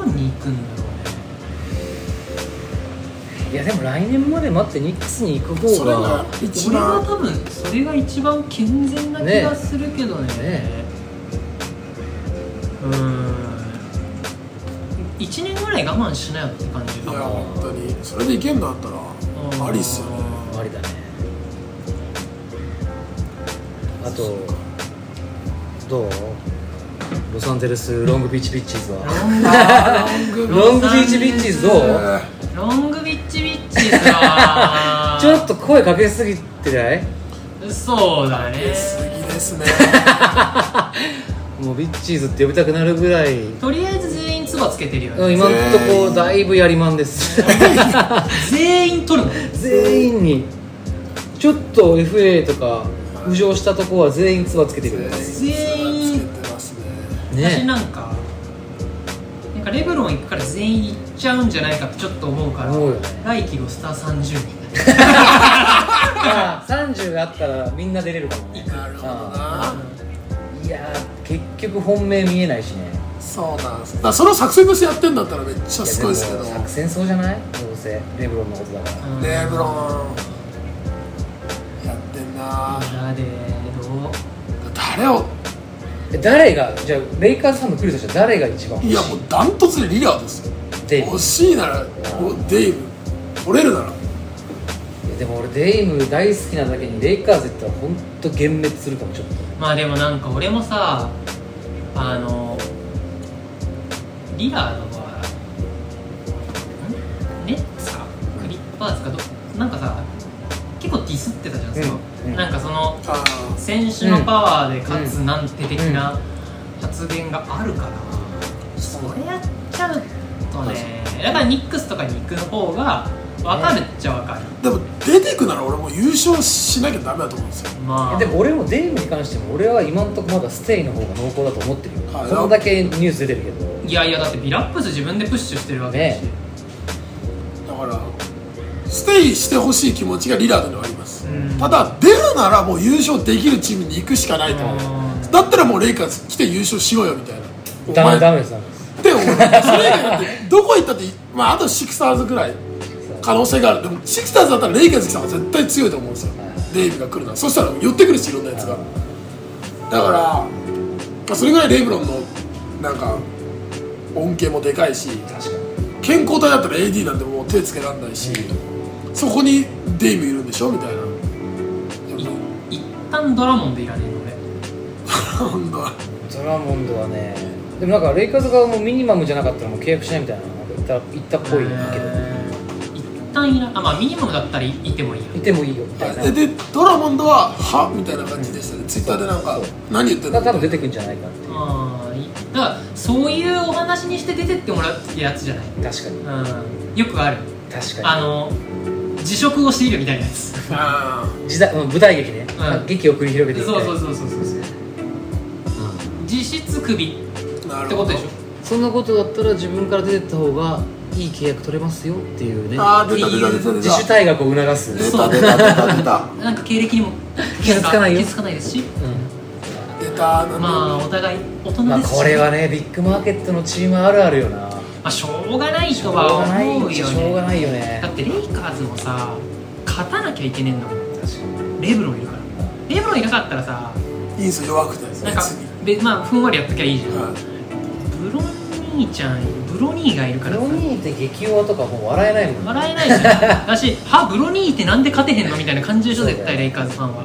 Speaker 4: こに行くんだろ
Speaker 2: いやでも来年まで待ってニックスに行く方
Speaker 3: それ
Speaker 2: が
Speaker 3: が
Speaker 4: うね
Speaker 3: 一
Speaker 4: 俺は
Speaker 3: 番
Speaker 4: 多分それが一番健全な気がするけどね
Speaker 2: ね
Speaker 4: うーん1年ぐらい我慢しなよって感じ
Speaker 3: い
Speaker 4: か
Speaker 3: や
Speaker 4: も
Speaker 3: 本当にそれでいけんのあったらありっすよね
Speaker 2: ありだねあとどうロサンゼルスロングビーチビッチーズはロングビーチビッチーズどう
Speaker 4: ロングビッチビッチーズは
Speaker 2: ちょっと声かけすぎてない
Speaker 4: そうだね
Speaker 3: すぎですね
Speaker 2: もうビッチーズって呼びたくなるぐらいうん
Speaker 4: とりあえず全員ツバつけてるよね
Speaker 2: 今んとこだいぶやりまんです
Speaker 4: 全員取るの
Speaker 2: 全員にちょっと FA とか浮上したとこは全員つばつけてくれね
Speaker 4: 全員
Speaker 3: つけてますね
Speaker 4: 私なんかなんかレブロン行くから全員行っちゃうんじゃないかってちょっと思うから
Speaker 2: 思うよね
Speaker 4: 来季ロスター30人
Speaker 2: あ30があったらみんな出れるかもね
Speaker 3: なるほど
Speaker 2: あ
Speaker 3: な
Speaker 2: ーいやー結局本命見えないしね
Speaker 3: そうなんですだからそれを作戦としてやってんだったらめっちゃすごいですけど
Speaker 2: やでも作戦そうじゃないどうせレブロンのことだから
Speaker 4: うん
Speaker 3: レブロンやってんな
Speaker 4: だでどう
Speaker 3: 誰を
Speaker 2: え誰がじゃあレイカーズファンの来るとしたら誰が一番
Speaker 3: い
Speaker 2: 欲
Speaker 3: や
Speaker 2: し
Speaker 3: も
Speaker 2: いう
Speaker 3: ダントツでリラーですよ
Speaker 2: デイ
Speaker 3: 欲しいならおデイブ取れるなら
Speaker 2: いでも俺デイム大好きなだけにレイカーズ行ったら本当幻滅するかもちょっと
Speaker 4: まあでもなんか俺もさあのリラードはんネッツかクリッパーズかどなんかさ結構ディスってたじゃないですか、
Speaker 2: うんうん
Speaker 4: なんかその
Speaker 3: あ
Speaker 4: 選手のパワーで勝つなんて的な発言があるから、それやっちゃうとねだからニックスとかに行くの方が分かるっちゃ分かる、
Speaker 3: ーでも出ていくなら俺もう優勝しなきゃダメだと思うんですよ
Speaker 4: まあ
Speaker 2: でも俺もデイムに関しても俺は今のところまだステイの方が濃厚だと思ってるよ
Speaker 3: はい
Speaker 2: このだけニュース出てるけど
Speaker 4: いやいやだってビラップス自分でプッシュしてるわけだし、
Speaker 2: ね
Speaker 3: だからステイしてほしい気持ちがリラードにはあります
Speaker 4: うん
Speaker 3: ただ出るならもう優勝できるチームに行くしかないと
Speaker 4: うん
Speaker 3: だったらもうレイカーズ来て優勝しろよみたいな
Speaker 2: ダメダ
Speaker 3: メ
Speaker 2: メですダメです
Speaker 3: って思うそれ以外だってどこ行ったってまああとシクサーズぐらい可能性があるでもシクサーズだったらレイカーズ来た方が絶対強いと思うんですよレイブが来るならそしたら寄ってくるしいろんなやつがだから、まあ、それぐらいレイブロンのなんか恩恵もでかいし
Speaker 2: 確かに
Speaker 3: 健康体だったら AD なんてもう手つけられないし、そこにデイムいるんでしょみたいな。
Speaker 4: い一旦ドラモンでいらねえの俺
Speaker 3: なんだ
Speaker 2: ドラモンドはねでもなんかレイカーズ側もミニマムじゃなかったらもう契約しないみたいななんか言った言ったっぽいけど
Speaker 4: 一旦いらあまあミニマムだったらいいてもいいよ
Speaker 2: いてもいいよみたいな
Speaker 3: ででドラモンドは「は」みたいな感じでしたねツイッターでなんか「何言ってんの?」
Speaker 2: が多分
Speaker 3: みたいな
Speaker 2: 出てくんじゃないかって
Speaker 4: ああいだからそういうお話にして出てってもらうやつじゃない
Speaker 2: 確かに
Speaker 4: うんよくある
Speaker 2: 確
Speaker 4: あ
Speaker 2: か
Speaker 4: の辞職を強いるみたいなやつ
Speaker 3: あ
Speaker 2: に時代うん舞台劇ね、
Speaker 4: うん
Speaker 2: 劇を繰り広げていき
Speaker 4: そ
Speaker 2: た
Speaker 4: う
Speaker 2: い
Speaker 4: そうそうそうそうそう実質クビっ
Speaker 3: ーなる
Speaker 4: て
Speaker 3: ほ
Speaker 4: こと
Speaker 3: ど
Speaker 4: でしょ
Speaker 2: そんなことだったら自分から出てった方がいい契約取れますよっていうね
Speaker 3: あー出た出た出た出た
Speaker 2: 自主退学を促
Speaker 3: 出
Speaker 2: す、
Speaker 3: た出た出た出た
Speaker 4: なんか経歴にも
Speaker 2: 傷つかないよ
Speaker 4: 傷つかないですし
Speaker 3: 出たなんだ
Speaker 4: まあお互い大人
Speaker 2: うんまあ
Speaker 4: ですし、
Speaker 2: これはねビッグマーケットのチームあるあるよな
Speaker 4: まあしょうがない
Speaker 2: しょ
Speaker 4: と
Speaker 2: うが
Speaker 4: は
Speaker 2: ない
Speaker 4: 思う
Speaker 2: し
Speaker 4: よ
Speaker 2: ょうが
Speaker 4: ね
Speaker 2: ないよ
Speaker 4: だっ
Speaker 2: ね
Speaker 4: てレイカーズもさ勝たなきゃいけねえんだもん
Speaker 2: 確かに
Speaker 4: レブロンいるからレブロンいなかったらさ
Speaker 3: いいんですよ弱くて
Speaker 4: なんか
Speaker 3: 別に
Speaker 4: べまあふんわりやっときゃいいじゃん、
Speaker 3: は
Speaker 4: ブロニーちゃんブロニーがいるからさ
Speaker 2: ロニーって激弱とかもう笑えないもん
Speaker 4: 笑えないじゃんだしはブロニーってなんで勝てへんのみたいな感じでしょ絶対レイカーズファンは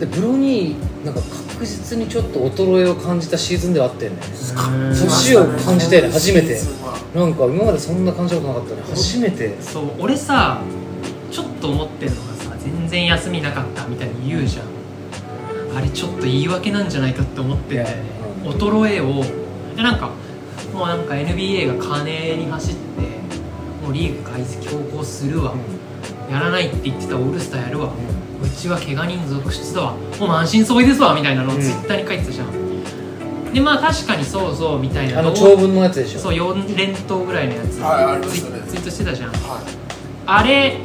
Speaker 2: でブロニーなんか確実にちょっと衰えを感じたシーズンではあったよね
Speaker 4: うん
Speaker 2: 年を感じたよね
Speaker 3: うん
Speaker 2: 初めて
Speaker 3: シーズンは
Speaker 2: なんか今までそんな感じたことなかったね初めて
Speaker 4: そう俺さちょっと思ってるのがさ全然休みなかったみたいに言うじゃんあれちょっと言い訳なんじゃないかって思ってんだよね
Speaker 2: いや
Speaker 4: 衰えをでなんかもうなんか NBA が金に走ってもうリーグ改正強行するわ、やらないって言ってたオールスターやるわ、うちは怪我人続出だわもう満身創痍ですわみたいなのを
Speaker 2: うん
Speaker 4: ツイッターに書いてたじゃん、でまあ確かにそうそうみたいな
Speaker 2: あの
Speaker 4: を
Speaker 2: 長文のやつでしょ
Speaker 4: そう4連投ぐらいのやつ、
Speaker 3: はいありま
Speaker 4: ツイ
Speaker 3: したね
Speaker 4: ツイートしてたじゃん
Speaker 3: は
Speaker 4: あれ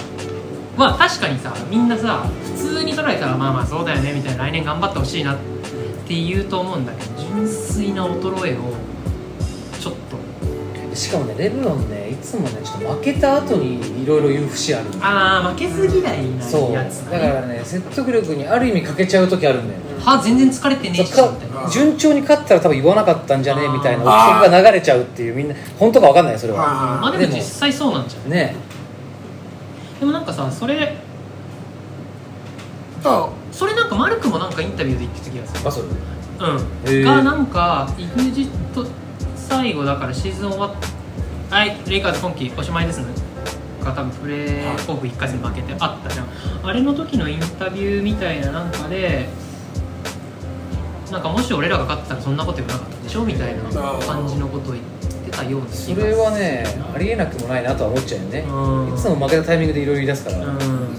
Speaker 4: は確かにさみんなさ普通に捉えたらまあまあそうだよねみたいな来年頑張ってほしいなって言うと思うんだけど純粋な衰えをちょっと
Speaker 2: しかもねレブロンねいつもねちょっと負けた後にいろいろ言う節ある
Speaker 4: ああ負けず嫌いな
Speaker 2: そう
Speaker 4: やつ
Speaker 2: だからね説得力にある意味欠けちゃう時あるんだよね
Speaker 4: 歯全然疲れてねえしみ
Speaker 2: そう
Speaker 4: たいな
Speaker 2: か順調に勝ったら多分言わなかったんじゃねえみたいな憶
Speaker 3: あー
Speaker 2: 測が流れちゃうっていうみんな本当か分かんないそれ
Speaker 3: い
Speaker 2: は
Speaker 4: まあ
Speaker 3: は
Speaker 4: で
Speaker 2: で
Speaker 4: も
Speaker 2: も
Speaker 4: 実際そうなんじゃん
Speaker 2: ね
Speaker 4: でもなんかさそれ
Speaker 3: いだか
Speaker 4: それなんかマルクもなんかインタビューで言ってた気がする
Speaker 2: バソル
Speaker 4: う
Speaker 2: へー
Speaker 4: んがなんか EXIT 最後だからシーズン終わっはいレイカーズ今季おしまいですねが多分プレーオフ1回戦負けてあったじゃんあれの時のインタビューみたいななんかでなんかもし俺らが勝ってたらそんなこと言わなかったでしょみたいな感じのことを言ってたような気がす
Speaker 2: そ
Speaker 4: る
Speaker 2: れはねありえなくもないなとは思っちゃうよね
Speaker 4: うん
Speaker 2: いつも負けたタイミングでいろいろ言い出すから、
Speaker 4: うん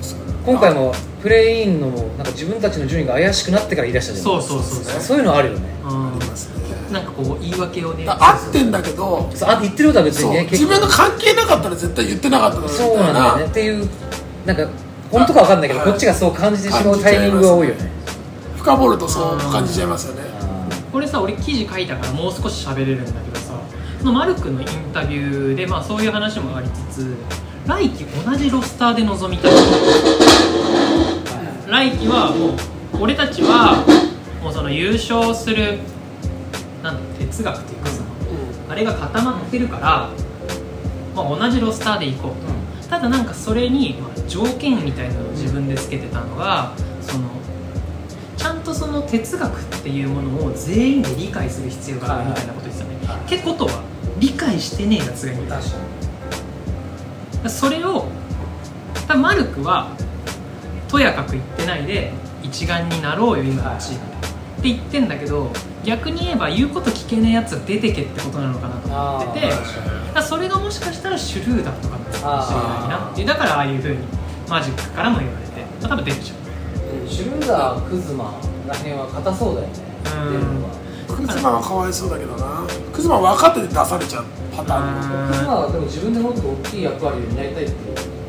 Speaker 2: 今回もプレイインのなんか自分たちの順位が怪しくなってから言い出したじゃん
Speaker 4: そうそうそうそう
Speaker 2: そういうのあるよね
Speaker 4: うん
Speaker 3: ありますね
Speaker 4: なんかこう言い訳をね
Speaker 3: だから合ってんだけど
Speaker 2: そうあ言ってることは別
Speaker 3: そ
Speaker 2: に
Speaker 3: う
Speaker 2: ね
Speaker 3: 自分の関係なかったら絶対言ってなかったから
Speaker 2: そうなんだよねっていうなんか本当かわかんないけど
Speaker 3: あ
Speaker 2: こっちがそう感じてしまうタイミングが多いよね
Speaker 3: 深掘るとそう感じちゃいますよね
Speaker 2: あー
Speaker 4: これさ俺記事書いたからもう少し喋れるんだけどさそのマルクのインタビューで、まあ、そういう話もありつつ来季同じロスターで臨みたい来季はもう俺たちはもうその優勝するなんて哲学っていうかさあれが固まってるから、まあ、同じロスターで行こうと、ただなんかそれに、まあ、条件みたいなのを自分でつけてたのがそのちゃんとその哲学っていうものを全員で理解する必要があるみたいなこと言ってたね。
Speaker 2: はい
Speaker 4: ってことは理解してねえやつがいる
Speaker 2: 確か
Speaker 4: それを多分マルクはとやかく言ってないで一丸になろうよ今のチームでって言ってんだけど逆に言えば言うこと聞けねえやつは出てけってことなのかなと
Speaker 2: に
Speaker 4: 思ってて
Speaker 2: あー
Speaker 4: だ
Speaker 2: 確かに
Speaker 4: からそれがもしかしたらシュルーダーとかなのかもしれないなっていうだからああいうふうにマジックからも言われて、まあ、多分出るでしょ
Speaker 2: シュルーダークズマらへんは硬そうだよね
Speaker 4: うん
Speaker 2: 出るのは
Speaker 3: クズマはかわいそうだけどなクズマは分かってて出されちゃうパターンの
Speaker 2: クズマはでも自分でもっと大きい役割を担いたいって言っ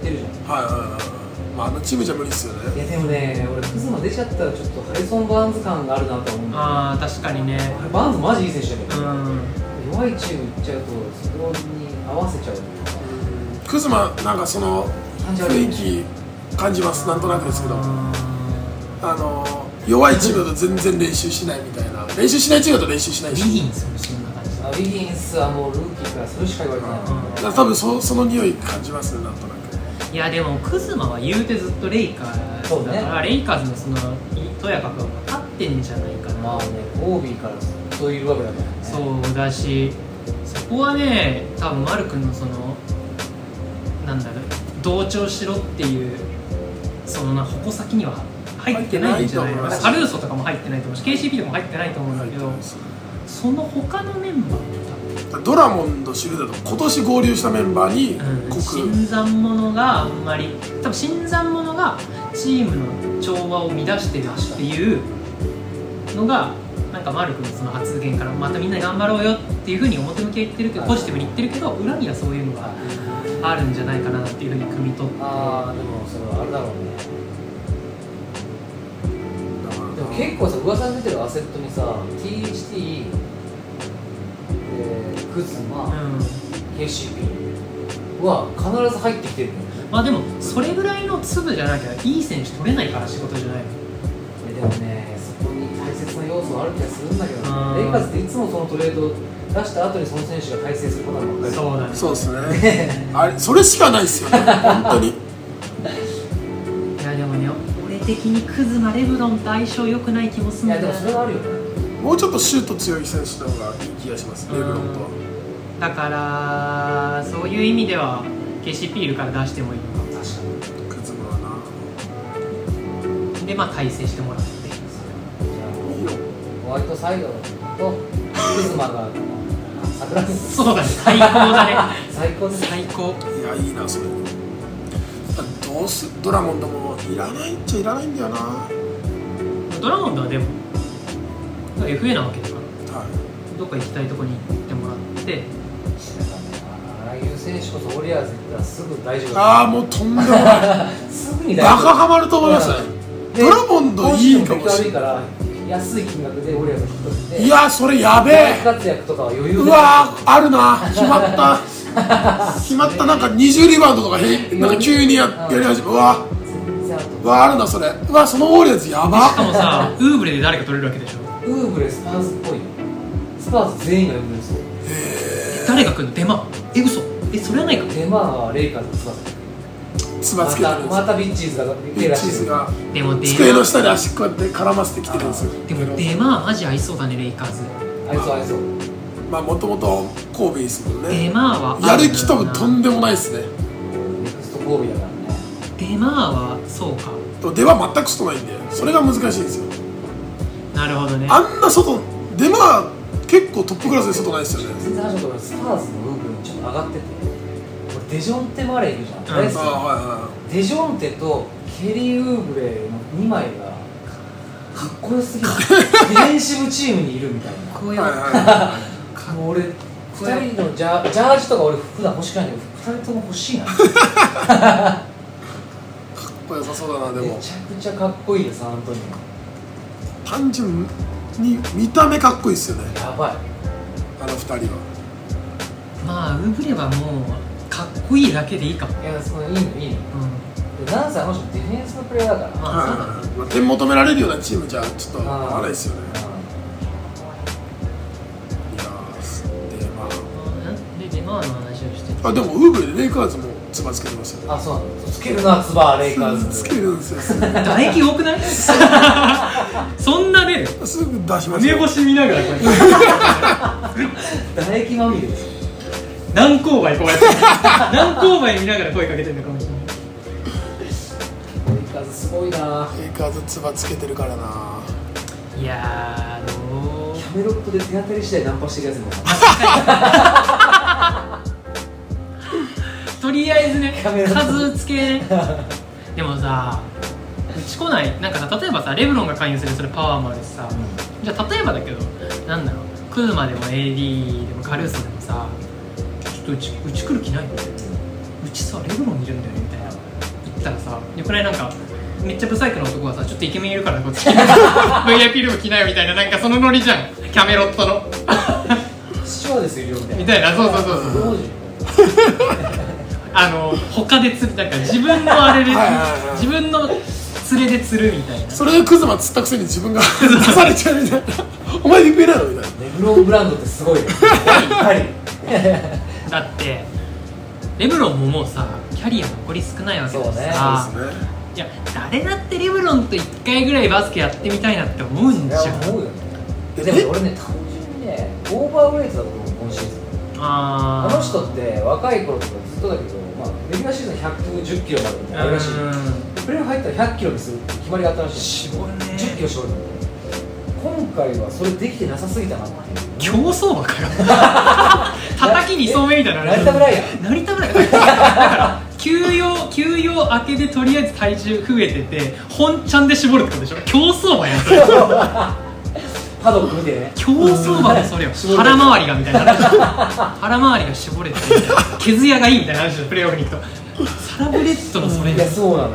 Speaker 2: てるじゃん
Speaker 3: はいはいはいはいまああのチームじゃ無理っすよ
Speaker 2: いや
Speaker 3: ね
Speaker 2: でもね俺クズマ出ちゃったらちょっとハリソン・バーンズ感があるなと思うんだよね
Speaker 4: ああ確かにね
Speaker 2: あれバーンズマジいい選手だけ
Speaker 4: う
Speaker 2: ど、
Speaker 4: ん
Speaker 2: 弱いチーム行っちゃうとそこに合わせちゃうというか
Speaker 3: クズマなんかその
Speaker 2: 感じあるよ
Speaker 3: 雰
Speaker 2: ね
Speaker 3: 囲気感じますなんとなくですけど
Speaker 4: うん
Speaker 3: あの弱いチームだと全然練習しないみたいな練習しないチームだと練習しない
Speaker 4: ビ
Speaker 3: し
Speaker 4: ギンスもそんな感じ
Speaker 2: あビギンスはもうルーキーからそれしか言われてないもんね
Speaker 3: だから多分そその匂い感じますねなんとなく
Speaker 4: いやでもクズマは言うてずっとレイカーだから、レイカーズのそのとやかくは分かってんじゃないかな、
Speaker 2: まあねオービーからずっといるわけだからね
Speaker 4: そうだしそこはね多分マル君のそのなんだろう同調しろっていうそのな矛先には入ってないんじゃな
Speaker 3: 入ってないと思
Speaker 4: い
Speaker 3: い
Speaker 4: の
Speaker 3: ます
Speaker 4: サルーソとかも入ってないと思うし KCP とかも入ってないと思うんだけどその他のメンバー
Speaker 3: ドラモンド・シルダーと今年合流したメンバーに
Speaker 4: うん、
Speaker 3: 国、
Speaker 4: 新参者があんまり多分新参者がチームの調和を乱してるっていうのがなんかマルクのその発言からまたみんな頑張ろうよっていうふうに表向きは言ってるけど
Speaker 2: はい
Speaker 4: ポジティブに言ってるけど裏にはそういうのがあるんじゃないかなっていうふうに汲み取って
Speaker 2: ああでもそれはあれだろうねでも結構さ噂に出てるアセットにさ THT えークズ
Speaker 4: う
Speaker 2: マ
Speaker 4: ん
Speaker 2: KCP は必ず入ってきてるのよ
Speaker 4: まあでもそれぐらいの粒じゃなきゃいい選手取れないから仕事じゃないの
Speaker 2: えでもねそこに大切な要素はある気がするんだけど
Speaker 4: あ
Speaker 2: ね
Speaker 4: ー
Speaker 2: レイカーズっていつもそのトレードを出した後にその選手が大成することなのかり
Speaker 4: そうだね
Speaker 3: そうです
Speaker 4: <laughs>
Speaker 3: ねあれそれしかないですよね本当に
Speaker 4: いやでもね俺的にクズマレブロンと相性良くない気もする
Speaker 2: い
Speaker 4: んだ
Speaker 2: やでもそれはあるよね
Speaker 3: もうちょっとシュート強い選手の方がいい気がしますレブロンとは
Speaker 4: だからそういう意味では KCP いるから出してもいいの
Speaker 2: 確かに
Speaker 3: クズマはな
Speaker 4: かでまあ体制してもらって
Speaker 2: じゃ
Speaker 3: いいよ
Speaker 2: あホワイトサイドとクズマが桜に
Speaker 4: そうだね最高だね
Speaker 2: 最高ですね
Speaker 4: 最高
Speaker 3: いやいいなそれどうすドラモンドもいらないっちゃいらないんだよなは
Speaker 4: ドラゴンドはでも FA なわけだから
Speaker 3: い
Speaker 4: どっか行きたいとこに行ってもらって
Speaker 2: ああいう選手こそウォリアーズ行ったらすぐ大丈夫
Speaker 3: ああもうとんでもない <laughs>
Speaker 2: すぐに
Speaker 3: バ
Speaker 2: 大
Speaker 3: カ
Speaker 2: 丈夫
Speaker 3: ハマると思いますね
Speaker 2: で
Speaker 3: ドラモンドいいかも
Speaker 2: 今
Speaker 3: し
Speaker 2: 週も景気悪
Speaker 3: れ
Speaker 2: いから安い金額でウォリアーズ引き取って
Speaker 3: いやそれやべえ
Speaker 2: 大活躍とかは余裕で
Speaker 3: うわーあるな決まった <laughs> 決まったなんか20リバウンドとかへなんか急にややり始めうわ
Speaker 2: 全然あると思う
Speaker 3: うわあるなそれうわそのオーリアーズやば
Speaker 4: しか
Speaker 3: <laughs>
Speaker 4: もさウーブレで誰か取れるわけでしょ
Speaker 2: ウーブレスパーズっぽいよスパーズ全員がウーブレス
Speaker 4: 誰が来るのデマえ嘘えそれはないか
Speaker 2: デマーはレイカーズの
Speaker 3: つ
Speaker 2: 翼
Speaker 3: ばつけて
Speaker 2: ま
Speaker 3: る
Speaker 2: た
Speaker 3: んで
Speaker 2: またビッチーズが
Speaker 3: す
Speaker 2: 手出
Speaker 3: よチー
Speaker 2: して
Speaker 3: ズ
Speaker 2: る
Speaker 3: が
Speaker 4: でも
Speaker 3: 机
Speaker 4: デ
Speaker 3: の
Speaker 4: マ
Speaker 3: 下で足こうやって絡ませてきてるんですよ
Speaker 4: でもデママジ合いそうだねレイカーズ
Speaker 2: あいつはあいつは
Speaker 3: まあもともと神戸ですもん
Speaker 4: デ
Speaker 3: ね
Speaker 4: マは
Speaker 3: やる気多分とん
Speaker 4: で
Speaker 3: でもないですね
Speaker 2: ネクストゴービーだからね
Speaker 4: デマはそうか
Speaker 3: でも出は全く外ないんでそれが難しいんですよ
Speaker 4: なるほどね
Speaker 3: あんな外出まあ結構トップクラスで外ないですよね
Speaker 2: 全然話のところスパーズのウーブレもちょっと上がってて俺デジョンテ・マレーいるじゃん大好き
Speaker 3: あ
Speaker 2: なの
Speaker 3: あ
Speaker 2: デジョンテとケリー・ウーブレの2枚がかっこよすぎるディフェンシブチームにいるみたいな
Speaker 4: こう
Speaker 3: はい
Speaker 4: や
Speaker 3: はい
Speaker 4: っ
Speaker 3: はいはいはい
Speaker 2: もう俺2人のジャジャージとか俺普段欲しくないんだけど2人とも欲しいな
Speaker 3: これ良さそうだなで
Speaker 2: め
Speaker 3: も
Speaker 2: ちゃくちゃかっこいいよサンアントニ
Speaker 3: 単純に見た目かっこいいですよね
Speaker 2: オやばい
Speaker 3: あの二人は
Speaker 4: まあウブレはもうかっこいいだけでいいかも、
Speaker 2: いやそのいいのいいのでなんせあの人ディフェンスのプレイヤーだから
Speaker 4: まあそうだね、
Speaker 3: まあ、点求められるようなチームじゃちょっと合わないですよねいやーでま
Speaker 4: でデマーの話をして <laughs>
Speaker 3: ああでもウーブレでレイカーズもつばつけてますよ
Speaker 2: あそうなんだつけるなつばレイカーズ
Speaker 3: つけるんですよ
Speaker 4: 唾液多く <laughs> ないそんな出る
Speaker 3: すぐ出します
Speaker 4: 梅
Speaker 3: よ
Speaker 4: 干し見ながらこれ <laughs>
Speaker 2: 唾液まみれですよ
Speaker 4: 南勾配こ <laughs> うやって南勾配見ながら声かけてるのかもしれない
Speaker 2: レイカーズすごいな
Speaker 3: レイカーズつばつけてるからない
Speaker 4: やーどう
Speaker 2: キャメロットで手当たり次第ナンパしてるやつも
Speaker 4: とりあえずね
Speaker 2: カメラ
Speaker 4: 数つけねでもさ打ちこないなんかさ例えばさレブロンが関与するそれパワーもあるしさじゃあ例えばだけどなんだろうクーマでも AD でもカルーソでもさちょっとうちうち来る気ないみたいなうちさレブロンいるんだよねみたいな言ったらさよくないなんかめっちゃブサイクな男がさちょっとイケメンいるからこ
Speaker 2: <laughs>
Speaker 4: っち来 <laughs> なよ VIP ルーム着なよみたいななんかそのノリじゃんキャメロットの
Speaker 2: 父親ですよみたい
Speaker 4: み
Speaker 2: な
Speaker 4: たいなそうそうそうそう
Speaker 2: どうしよ
Speaker 4: あの他で釣るなんか自分のあれで
Speaker 3: はいはいはい
Speaker 4: 自分の連れで釣るみたいな
Speaker 3: それでクズマ釣ったくせに自分が <laughs> 刺されちゃうみたいなお前で食えないのみたいう
Speaker 2: ネグローブランドってすごい
Speaker 4: <laughs>
Speaker 2: ねやっぱり
Speaker 4: だってレブロンももうさキャリア残り少ないわけだし
Speaker 2: そうね
Speaker 4: さ、
Speaker 3: なですね
Speaker 4: いや誰だってレブロンと1回ぐらいバスケやってみたいなって思う
Speaker 2: い
Speaker 4: んじゃん
Speaker 2: や思うよね
Speaker 3: え
Speaker 2: でも俺ね単純にねオーバーウェイトだと思う今シーズン
Speaker 4: あ
Speaker 2: あ
Speaker 4: ー
Speaker 2: の人って若い頃とかずっとだけど、まあ、レギュラーシーズン110キロまでみたいなのあるらしいプレーオフ入ったら100キロにするって決まりがあったらしい
Speaker 4: 絞るね
Speaker 2: 10キロ絞るの今回はそれできてなさすぎたなって
Speaker 4: 競走
Speaker 2: <laughs>
Speaker 4: 馬かよ叩き2層目みたいな
Speaker 2: 成田ブライア
Speaker 4: なりたくないだから休養休養明けでとりあえず体重増えてて本ちゃんで絞るってことでしょ競走馬やんそれ
Speaker 2: パドック見てね
Speaker 4: 競走馬のそれよ
Speaker 2: 絞れて
Speaker 4: 腹回りがみたいな話腹回りが絞れて毛艶がいいみたいな話でプレーオフに行くとサラブレッドのそれ
Speaker 2: いやそうなのよ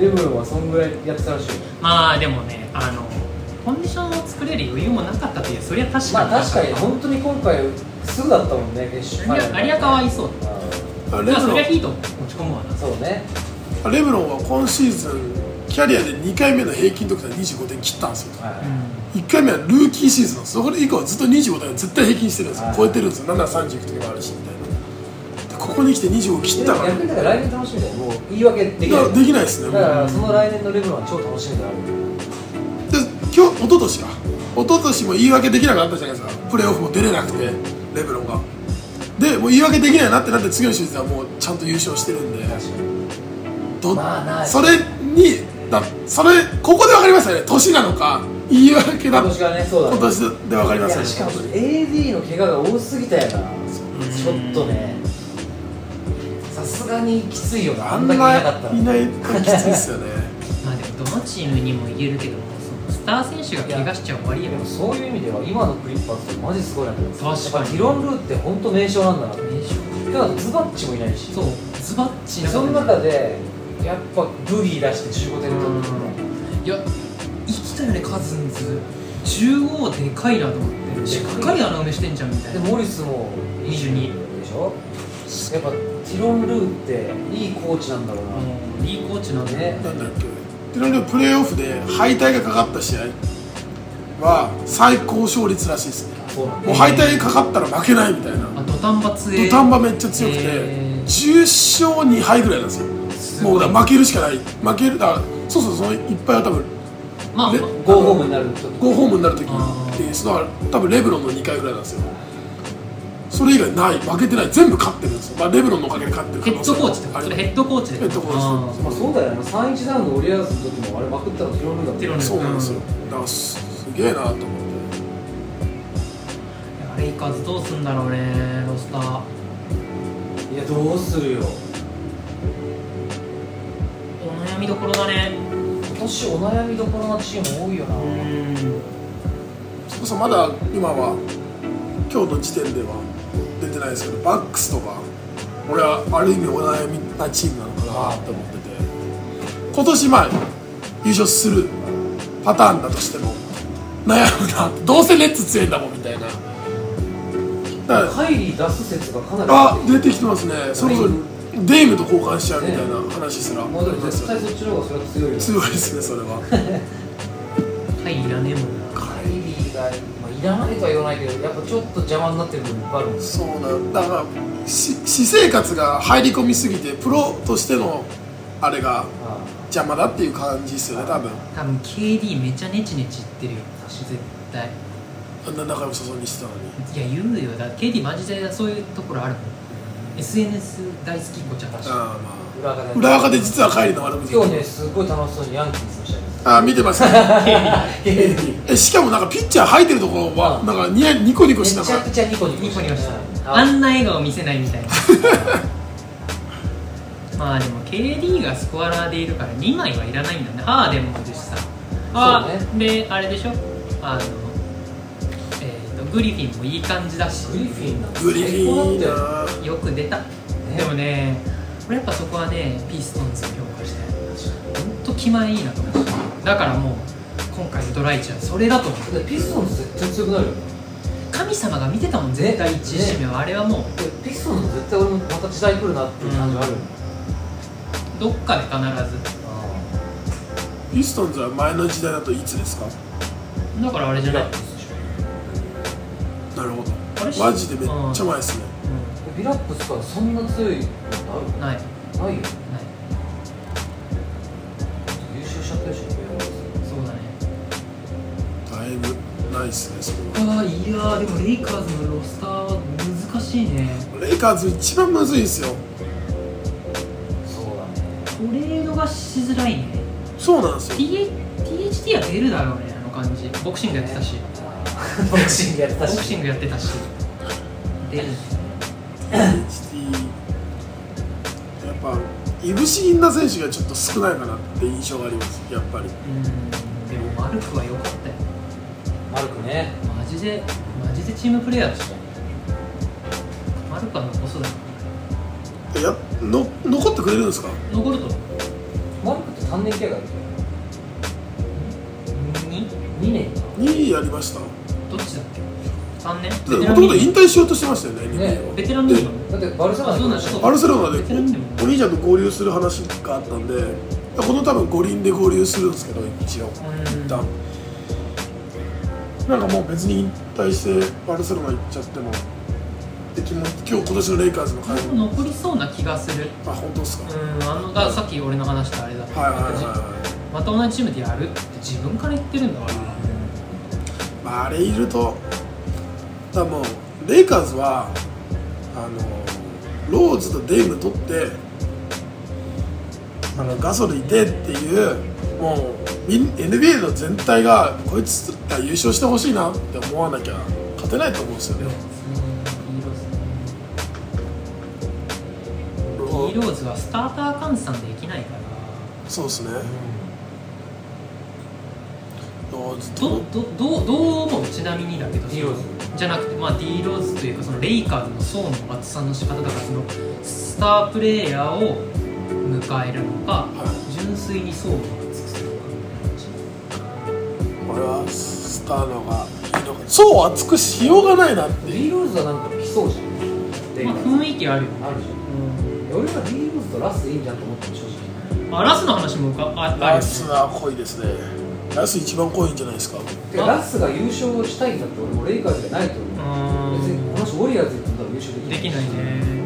Speaker 2: レブロンはそんぐらいやってたらしいよ
Speaker 4: まあでもねあのコンディションを作れる余裕もなかったというそりゃ確かに
Speaker 2: まあ確かに本当に今回すぐだったもんね決勝
Speaker 4: 有有明かわいそう
Speaker 3: あレ
Speaker 4: だから
Speaker 3: ブ
Speaker 4: そ
Speaker 3: ロ
Speaker 4: りゃ
Speaker 3: ン
Speaker 4: ヒート持ち込むわな
Speaker 2: そうね
Speaker 3: あレブロンは今シーズンキャリアで2回目の平均得点25点切ったんですよ
Speaker 2: は
Speaker 3: 1回目はルーキーシーズンなんですそれ以降はずっと25点絶対平均してるんですよ
Speaker 2: はい
Speaker 3: 超えてるんですよ7 3 0点もあるしみたいなでここに来て25
Speaker 2: い
Speaker 3: 切っ
Speaker 2: で
Speaker 3: た
Speaker 2: も
Speaker 3: から
Speaker 2: 逆にだから来年楽しみだよもう言い訳でき
Speaker 3: だ
Speaker 2: な
Speaker 3: から
Speaker 2: い
Speaker 3: できないですねも
Speaker 2: だ
Speaker 3: うで
Speaker 2: からその来年のレブロンは超楽しみだな
Speaker 3: 今日一昨年か一昨年も言い訳できなかったじゃないですかプレーオフも出れなくてレブロンがでもう言い訳できないなってなって次のシーズンはもうちゃんと優勝してるんで
Speaker 2: 確かに
Speaker 3: ど
Speaker 2: まあない
Speaker 3: それにだそれここで分かりましたね年なのか言い訳だ
Speaker 2: 今年がねそうだね
Speaker 3: 今年で分かりま
Speaker 2: い
Speaker 3: せ
Speaker 2: や
Speaker 3: ん
Speaker 2: しかも AD の怪我が多すぎたやなちょっとねさすがにきついよなあ
Speaker 3: あ
Speaker 2: ん
Speaker 3: ん
Speaker 2: だ
Speaker 3: な
Speaker 2: けいなかったら
Speaker 3: いないときついですよね
Speaker 4: まあでもどのチームにも言えるけどもそのスター選手が怪我しちゃ終わりや
Speaker 2: で
Speaker 4: も
Speaker 2: もそういう意味では今のクリッパーズってマジすごいなと思って
Speaker 4: 確かに
Speaker 2: やっぱディロン・ルーって本当名将なんだなって
Speaker 4: 名将
Speaker 2: だからズバッチもいないし
Speaker 4: そうズバッチな
Speaker 2: その中でやっぱブギー出して15点取って
Speaker 4: いや生きたよねカズンズ15でかいなと思ってしっかり穴埋めしてんじゃんみたい
Speaker 2: で
Speaker 4: な
Speaker 2: モリスも
Speaker 4: 22
Speaker 2: でしょやっぱディロン・ルーっていいコーチなんだろうな、
Speaker 4: あのいいコーチなんで、
Speaker 2: ね
Speaker 3: なんだっけいろいろプレーオフで敗退がかかった試合は最高勝率らしいですね
Speaker 2: そうなんだ
Speaker 3: もう敗退がかかったら負けないみたいな
Speaker 4: あ土壇場強い
Speaker 3: 土壇場めっちゃ強くて
Speaker 4: へー
Speaker 3: 10勝2敗ぐらいなんですよ
Speaker 4: すごい
Speaker 3: もうだから負けるしかない負けるだからそうそうそのいっぱいは多分
Speaker 4: まあ
Speaker 3: ね
Speaker 2: ゴーホームになる時
Speaker 3: ゴーホームになるとき
Speaker 4: あー
Speaker 3: にその多分レブロンの2回ぐらいなんですよそれ以外ない負けてない全部勝ってるんですよ、まあ、レブロンのおかげで勝ってる可
Speaker 4: ヘ
Speaker 3: 能
Speaker 4: ッ
Speaker 3: 性
Speaker 4: ドコ
Speaker 3: も
Speaker 4: ーチってこ
Speaker 3: あ
Speaker 4: と
Speaker 3: りま
Speaker 4: それ
Speaker 3: す
Speaker 4: ヘッドコーチで
Speaker 3: ヘッドコーチ
Speaker 4: あ
Speaker 2: まあ、そうだよね3-1ダウンのオリアーズの時もあれまくったのディロン・ルーだった
Speaker 4: ディロンルー
Speaker 3: そうなんですよだからすすげえなと思って
Speaker 4: ーいやレイカーズどうすんだろうねロスター
Speaker 2: いやどうするよ
Speaker 4: お悩みどころだね
Speaker 2: 今年お悩みどころのチーム多いよな、
Speaker 4: うーん
Speaker 3: それこそまだ今は今日の時点では出てないですけどバックスとか俺はある意味お悩みなチームなのかなと思ってて今年まあ優勝するパターンだとしても悩むなどうせネッツ強いんだもんみたいなだから
Speaker 2: カイリー出す説がかなり
Speaker 3: あ出てきてますねそれこそデイムと交換しちゃうみたいな話すらあり
Speaker 2: まあでも
Speaker 3: ま
Speaker 2: 絶
Speaker 3: すよ
Speaker 2: 対
Speaker 3: ね
Speaker 2: そっちの方がそれは強いよ
Speaker 3: 強いですねそれは
Speaker 4: はいいらねえもんな
Speaker 2: カイリーがが、まあ、いらないとは言わないけどやっぱちょっと邪魔になってる部分いっぱいあるんですよ
Speaker 3: そうなんだからし私生活が入り込みすぎてプロとしてのあれが
Speaker 2: あ
Speaker 3: 邪魔だっていう感じですよね多分
Speaker 4: 多分 KD めっちゃネチネチ言ってるよ私絶対
Speaker 3: あんな仲良さそうにしてたのに
Speaker 4: いや言うよだ KD マジでそういうところあるもん SNS 大好きっ子ちゃんだし
Speaker 3: あ
Speaker 2: あ裏側
Speaker 3: あ
Speaker 2: で
Speaker 3: まあ裏垢で実は帰りの悪口
Speaker 2: 今日ねすごい楽しそうにヤンキースの試合
Speaker 3: ああ見てますね
Speaker 2: <laughs> 見てた
Speaker 3: えしかもなんかピッチャー入ってるところはなんかニヤニコニコ
Speaker 2: め
Speaker 3: し
Speaker 2: ち
Speaker 3: なが
Speaker 2: ゃ
Speaker 3: ら
Speaker 2: くちゃニコニコ
Speaker 4: ニコニコし
Speaker 2: うん
Speaker 4: たあんな笑顔見せないみたいな <laughs> まあでも KD がスコアラーでいるから2枚はいらないんだねハーデンもいるしさあ
Speaker 2: そ
Speaker 4: であれでしょあの、えー、とグリフィンもいい感じだし
Speaker 2: グリフィンなんて
Speaker 3: グリフ
Speaker 2: 最高
Speaker 3: ィン
Speaker 2: だったよ
Speaker 3: な
Speaker 4: よく出た、
Speaker 2: ね
Speaker 4: でもね俺やっぱそこはねピーストンズの評価してほんと気前いいなと思っただからもう今回のドライチはそれだと思う
Speaker 2: だってピストンズ絶対強くなるよね
Speaker 4: 神様が見てたもん絶対一位指名はあれはもう
Speaker 2: でピストンズ絶対俺もまた時代来るなっていう感じはあるよね
Speaker 4: どっかで必ず
Speaker 3: ピストンズは前の時代だといつですか
Speaker 4: だからあれじゃない、
Speaker 3: なるほど
Speaker 4: あれ
Speaker 3: マジでめっちゃ前ですね
Speaker 4: う
Speaker 2: ビラップスからそんな強いのって
Speaker 4: ん、ないな
Speaker 2: あ
Speaker 4: い
Speaker 2: るないよね優勝しちゃったでしょ
Speaker 4: そうだね
Speaker 3: だいぶないですねそれ
Speaker 4: ああいやーでもレイカーズのロスターは難しいね
Speaker 3: はレイカーズ一番むずいですよ
Speaker 2: そうだね
Speaker 4: トレードがしづらいね
Speaker 3: そうなんですよ
Speaker 4: TH THT は出るだろうねあの感じボクシングやってたし
Speaker 2: ボクシングやって
Speaker 4: ボ
Speaker 2: た
Speaker 4: ク
Speaker 2: し
Speaker 4: シングやってたし出るね
Speaker 3: HT やっぱいぶし銀な選手がちょっと少ないかなって印象がありますやっぱり
Speaker 4: うんでもマルクは良かったよ
Speaker 2: 悪くね
Speaker 4: マジでマジでチームプレーヤーでしたマルクは残そうだよ
Speaker 3: えやの残ってくれるんですか
Speaker 4: 残ると
Speaker 2: 悪くって単年契約ある
Speaker 4: 2
Speaker 2: 2年か
Speaker 3: 2位やりました
Speaker 4: どっちだっけ3年
Speaker 3: だってもともと引退しようとしてましたよね
Speaker 2: ね
Speaker 3: NBA は
Speaker 4: ベテランミニマム
Speaker 2: だってバルセロナ
Speaker 4: あそうなんだ
Speaker 2: 行った
Speaker 3: バルセロナで
Speaker 4: ベテランでも
Speaker 3: おお兄ちゃんと合流する話があったんでこの多分五輪で合流するんですけど一応
Speaker 4: うん
Speaker 3: 一旦なんかもう別に引退してバルセロナ行っちゃってもできも今日今年のレイカーズの会
Speaker 4: もう
Speaker 3: も
Speaker 4: 残りそうな気がする
Speaker 3: あ本当ですか、
Speaker 4: うんあのがさっき俺の話したあれだ
Speaker 3: はいはいは
Speaker 4: また同じチームでやるって自分から言ってるんだから
Speaker 3: い、まあ、あれいるとだからもうレイカーズはあのローズとデイム取ってあのガソルいてっていうもうみん NBA の全体がこいつが優勝してほしいなって思わなきゃ勝てないと思うんですよね
Speaker 4: うんヒーローズはスターター換算できないから
Speaker 3: そうですねローズ
Speaker 4: ど
Speaker 3: と
Speaker 4: どどうどう思うちなみにだけど
Speaker 2: D ローズ
Speaker 4: じゃなくて、まあ、D ローズというかそのレイカーズの層の厚さの仕方だからそのスタープレイヤーを迎えるのか
Speaker 3: は
Speaker 4: 純粋に層の厚くするのかみたいな感じ
Speaker 3: これはスターの方がいいのかそう厚くしようがないなっていう
Speaker 2: リーローズはなんか来そうじゃんレイカ
Speaker 4: まあ、
Speaker 2: ーズ
Speaker 4: 雰囲気あるよ、
Speaker 2: あるじゃんいや俺はリーローズとラスいいんじゃんと思ったの正直
Speaker 4: あラスの話もかあある
Speaker 3: ラ
Speaker 4: よ
Speaker 3: スは濃いですねラス一番濃いんじゃないですか
Speaker 2: てかラスが優勝したいんだって俺もレイカーズじゃないと思
Speaker 4: う
Speaker 2: う別に
Speaker 4: ー
Speaker 2: この人ウォリアーズ行っても多分優勝でき
Speaker 4: ん
Speaker 2: な
Speaker 4: で
Speaker 2: い
Speaker 4: きないね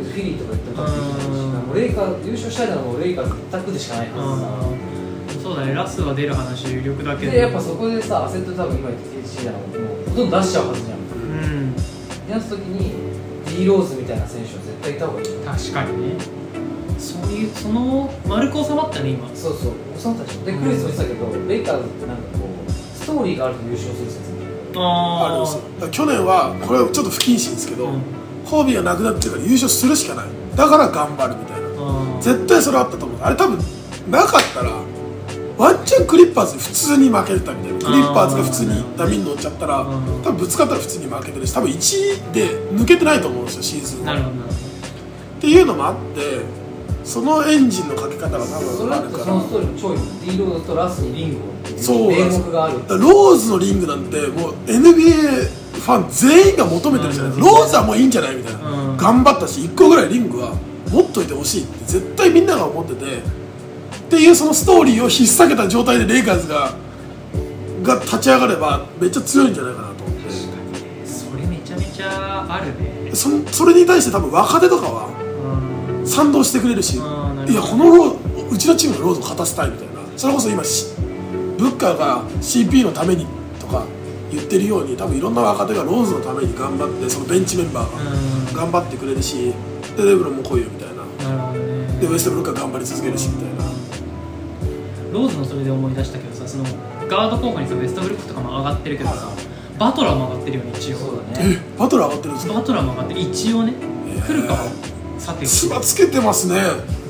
Speaker 2: 別にフィリーとか行っても多分できないし
Speaker 4: うん
Speaker 2: もうレイカーズ優勝したいならもうレイカーズ一択でしかないは
Speaker 4: うんそうだねラスは出る話有力だ
Speaker 2: ず
Speaker 4: け
Speaker 2: さで
Speaker 4: ど
Speaker 2: やっぱそこでさ焦って多分今言って THC だなもうほとんど出しちゃうはずじゃん
Speaker 4: うん
Speaker 2: でやった時に D ローズみたいな選手は絶対いた方がいい
Speaker 4: 確かにねそういうその丸く収まったね今
Speaker 2: そうそう収まったでしょでクリスも言ってたけどレイカーズってなんかこうストーリーがあると優勝する説
Speaker 3: あるん
Speaker 4: あ
Speaker 3: ですよだから去年はこれはちょっと不謹慎ですけど、
Speaker 4: うん
Speaker 3: コービーがなくなってから優勝するしかないだから頑張るみたいな
Speaker 4: あ
Speaker 3: 絶対それあったと思うあれ多分なかったらワンチャンクリッパーズ普通に負けてたみたいなクリッパーズが普通にダミに乗っちゃったら
Speaker 4: うん
Speaker 3: 多分ぶつかったら普通に負けてるし多分1位で抜けてないと思うんですよシーズン
Speaker 4: な
Speaker 3: は
Speaker 4: る
Speaker 3: っ
Speaker 4: ほどなるほ
Speaker 3: ていうのもあってそのエンジンのかけ方が多
Speaker 2: それ
Speaker 3: 分あ
Speaker 2: だ
Speaker 3: る
Speaker 2: と
Speaker 3: か
Speaker 2: その
Speaker 3: ら
Speaker 2: ストーリーの超いい D ローズとラスにリングをっていう
Speaker 3: そうなん
Speaker 2: 名
Speaker 3: です
Speaker 2: 目があるって
Speaker 3: だからローズのリングなんてもう NBA ファン全員が求めてるじゃないですか、ローズはもういいんじゃないみたいな、
Speaker 4: うん
Speaker 3: 頑張ったし1個ぐらいリングは持っといてほしいって絶対みんなが思っててっていうそのストーリーを引っ提げた状態でレイカーズがが立ち上がればめっちゃ強いんじゃないかなと思って
Speaker 4: それめちゃめちゃあるね
Speaker 3: そんそれに対して多分若手とかは
Speaker 4: うん
Speaker 3: 賛同してくれるしいや
Speaker 4: あーなるほど
Speaker 3: このローうちのチームのロードを勝たせたいみたいなそれこそ今しブッカーが CP のためにとか言ってるように多分いろんな若手がローズのために頑張ってそのベンチメンバーが頑張ってくれるしでレブロンも来いよみたいな
Speaker 4: なるほどね
Speaker 3: でウエストブルックが頑張り続けるしみたいな
Speaker 4: ローズのそれで思い出したけどさそのガード候補にさベストブルックとかも上がってるけどさバトラーも上がってるよね一応
Speaker 2: そうだね
Speaker 3: えバトル上がってるんですか
Speaker 4: バトラーも上がってる一応ね
Speaker 3: えー
Speaker 4: 来るかもさてお
Speaker 3: つ
Speaker 4: き
Speaker 3: ばつけてますね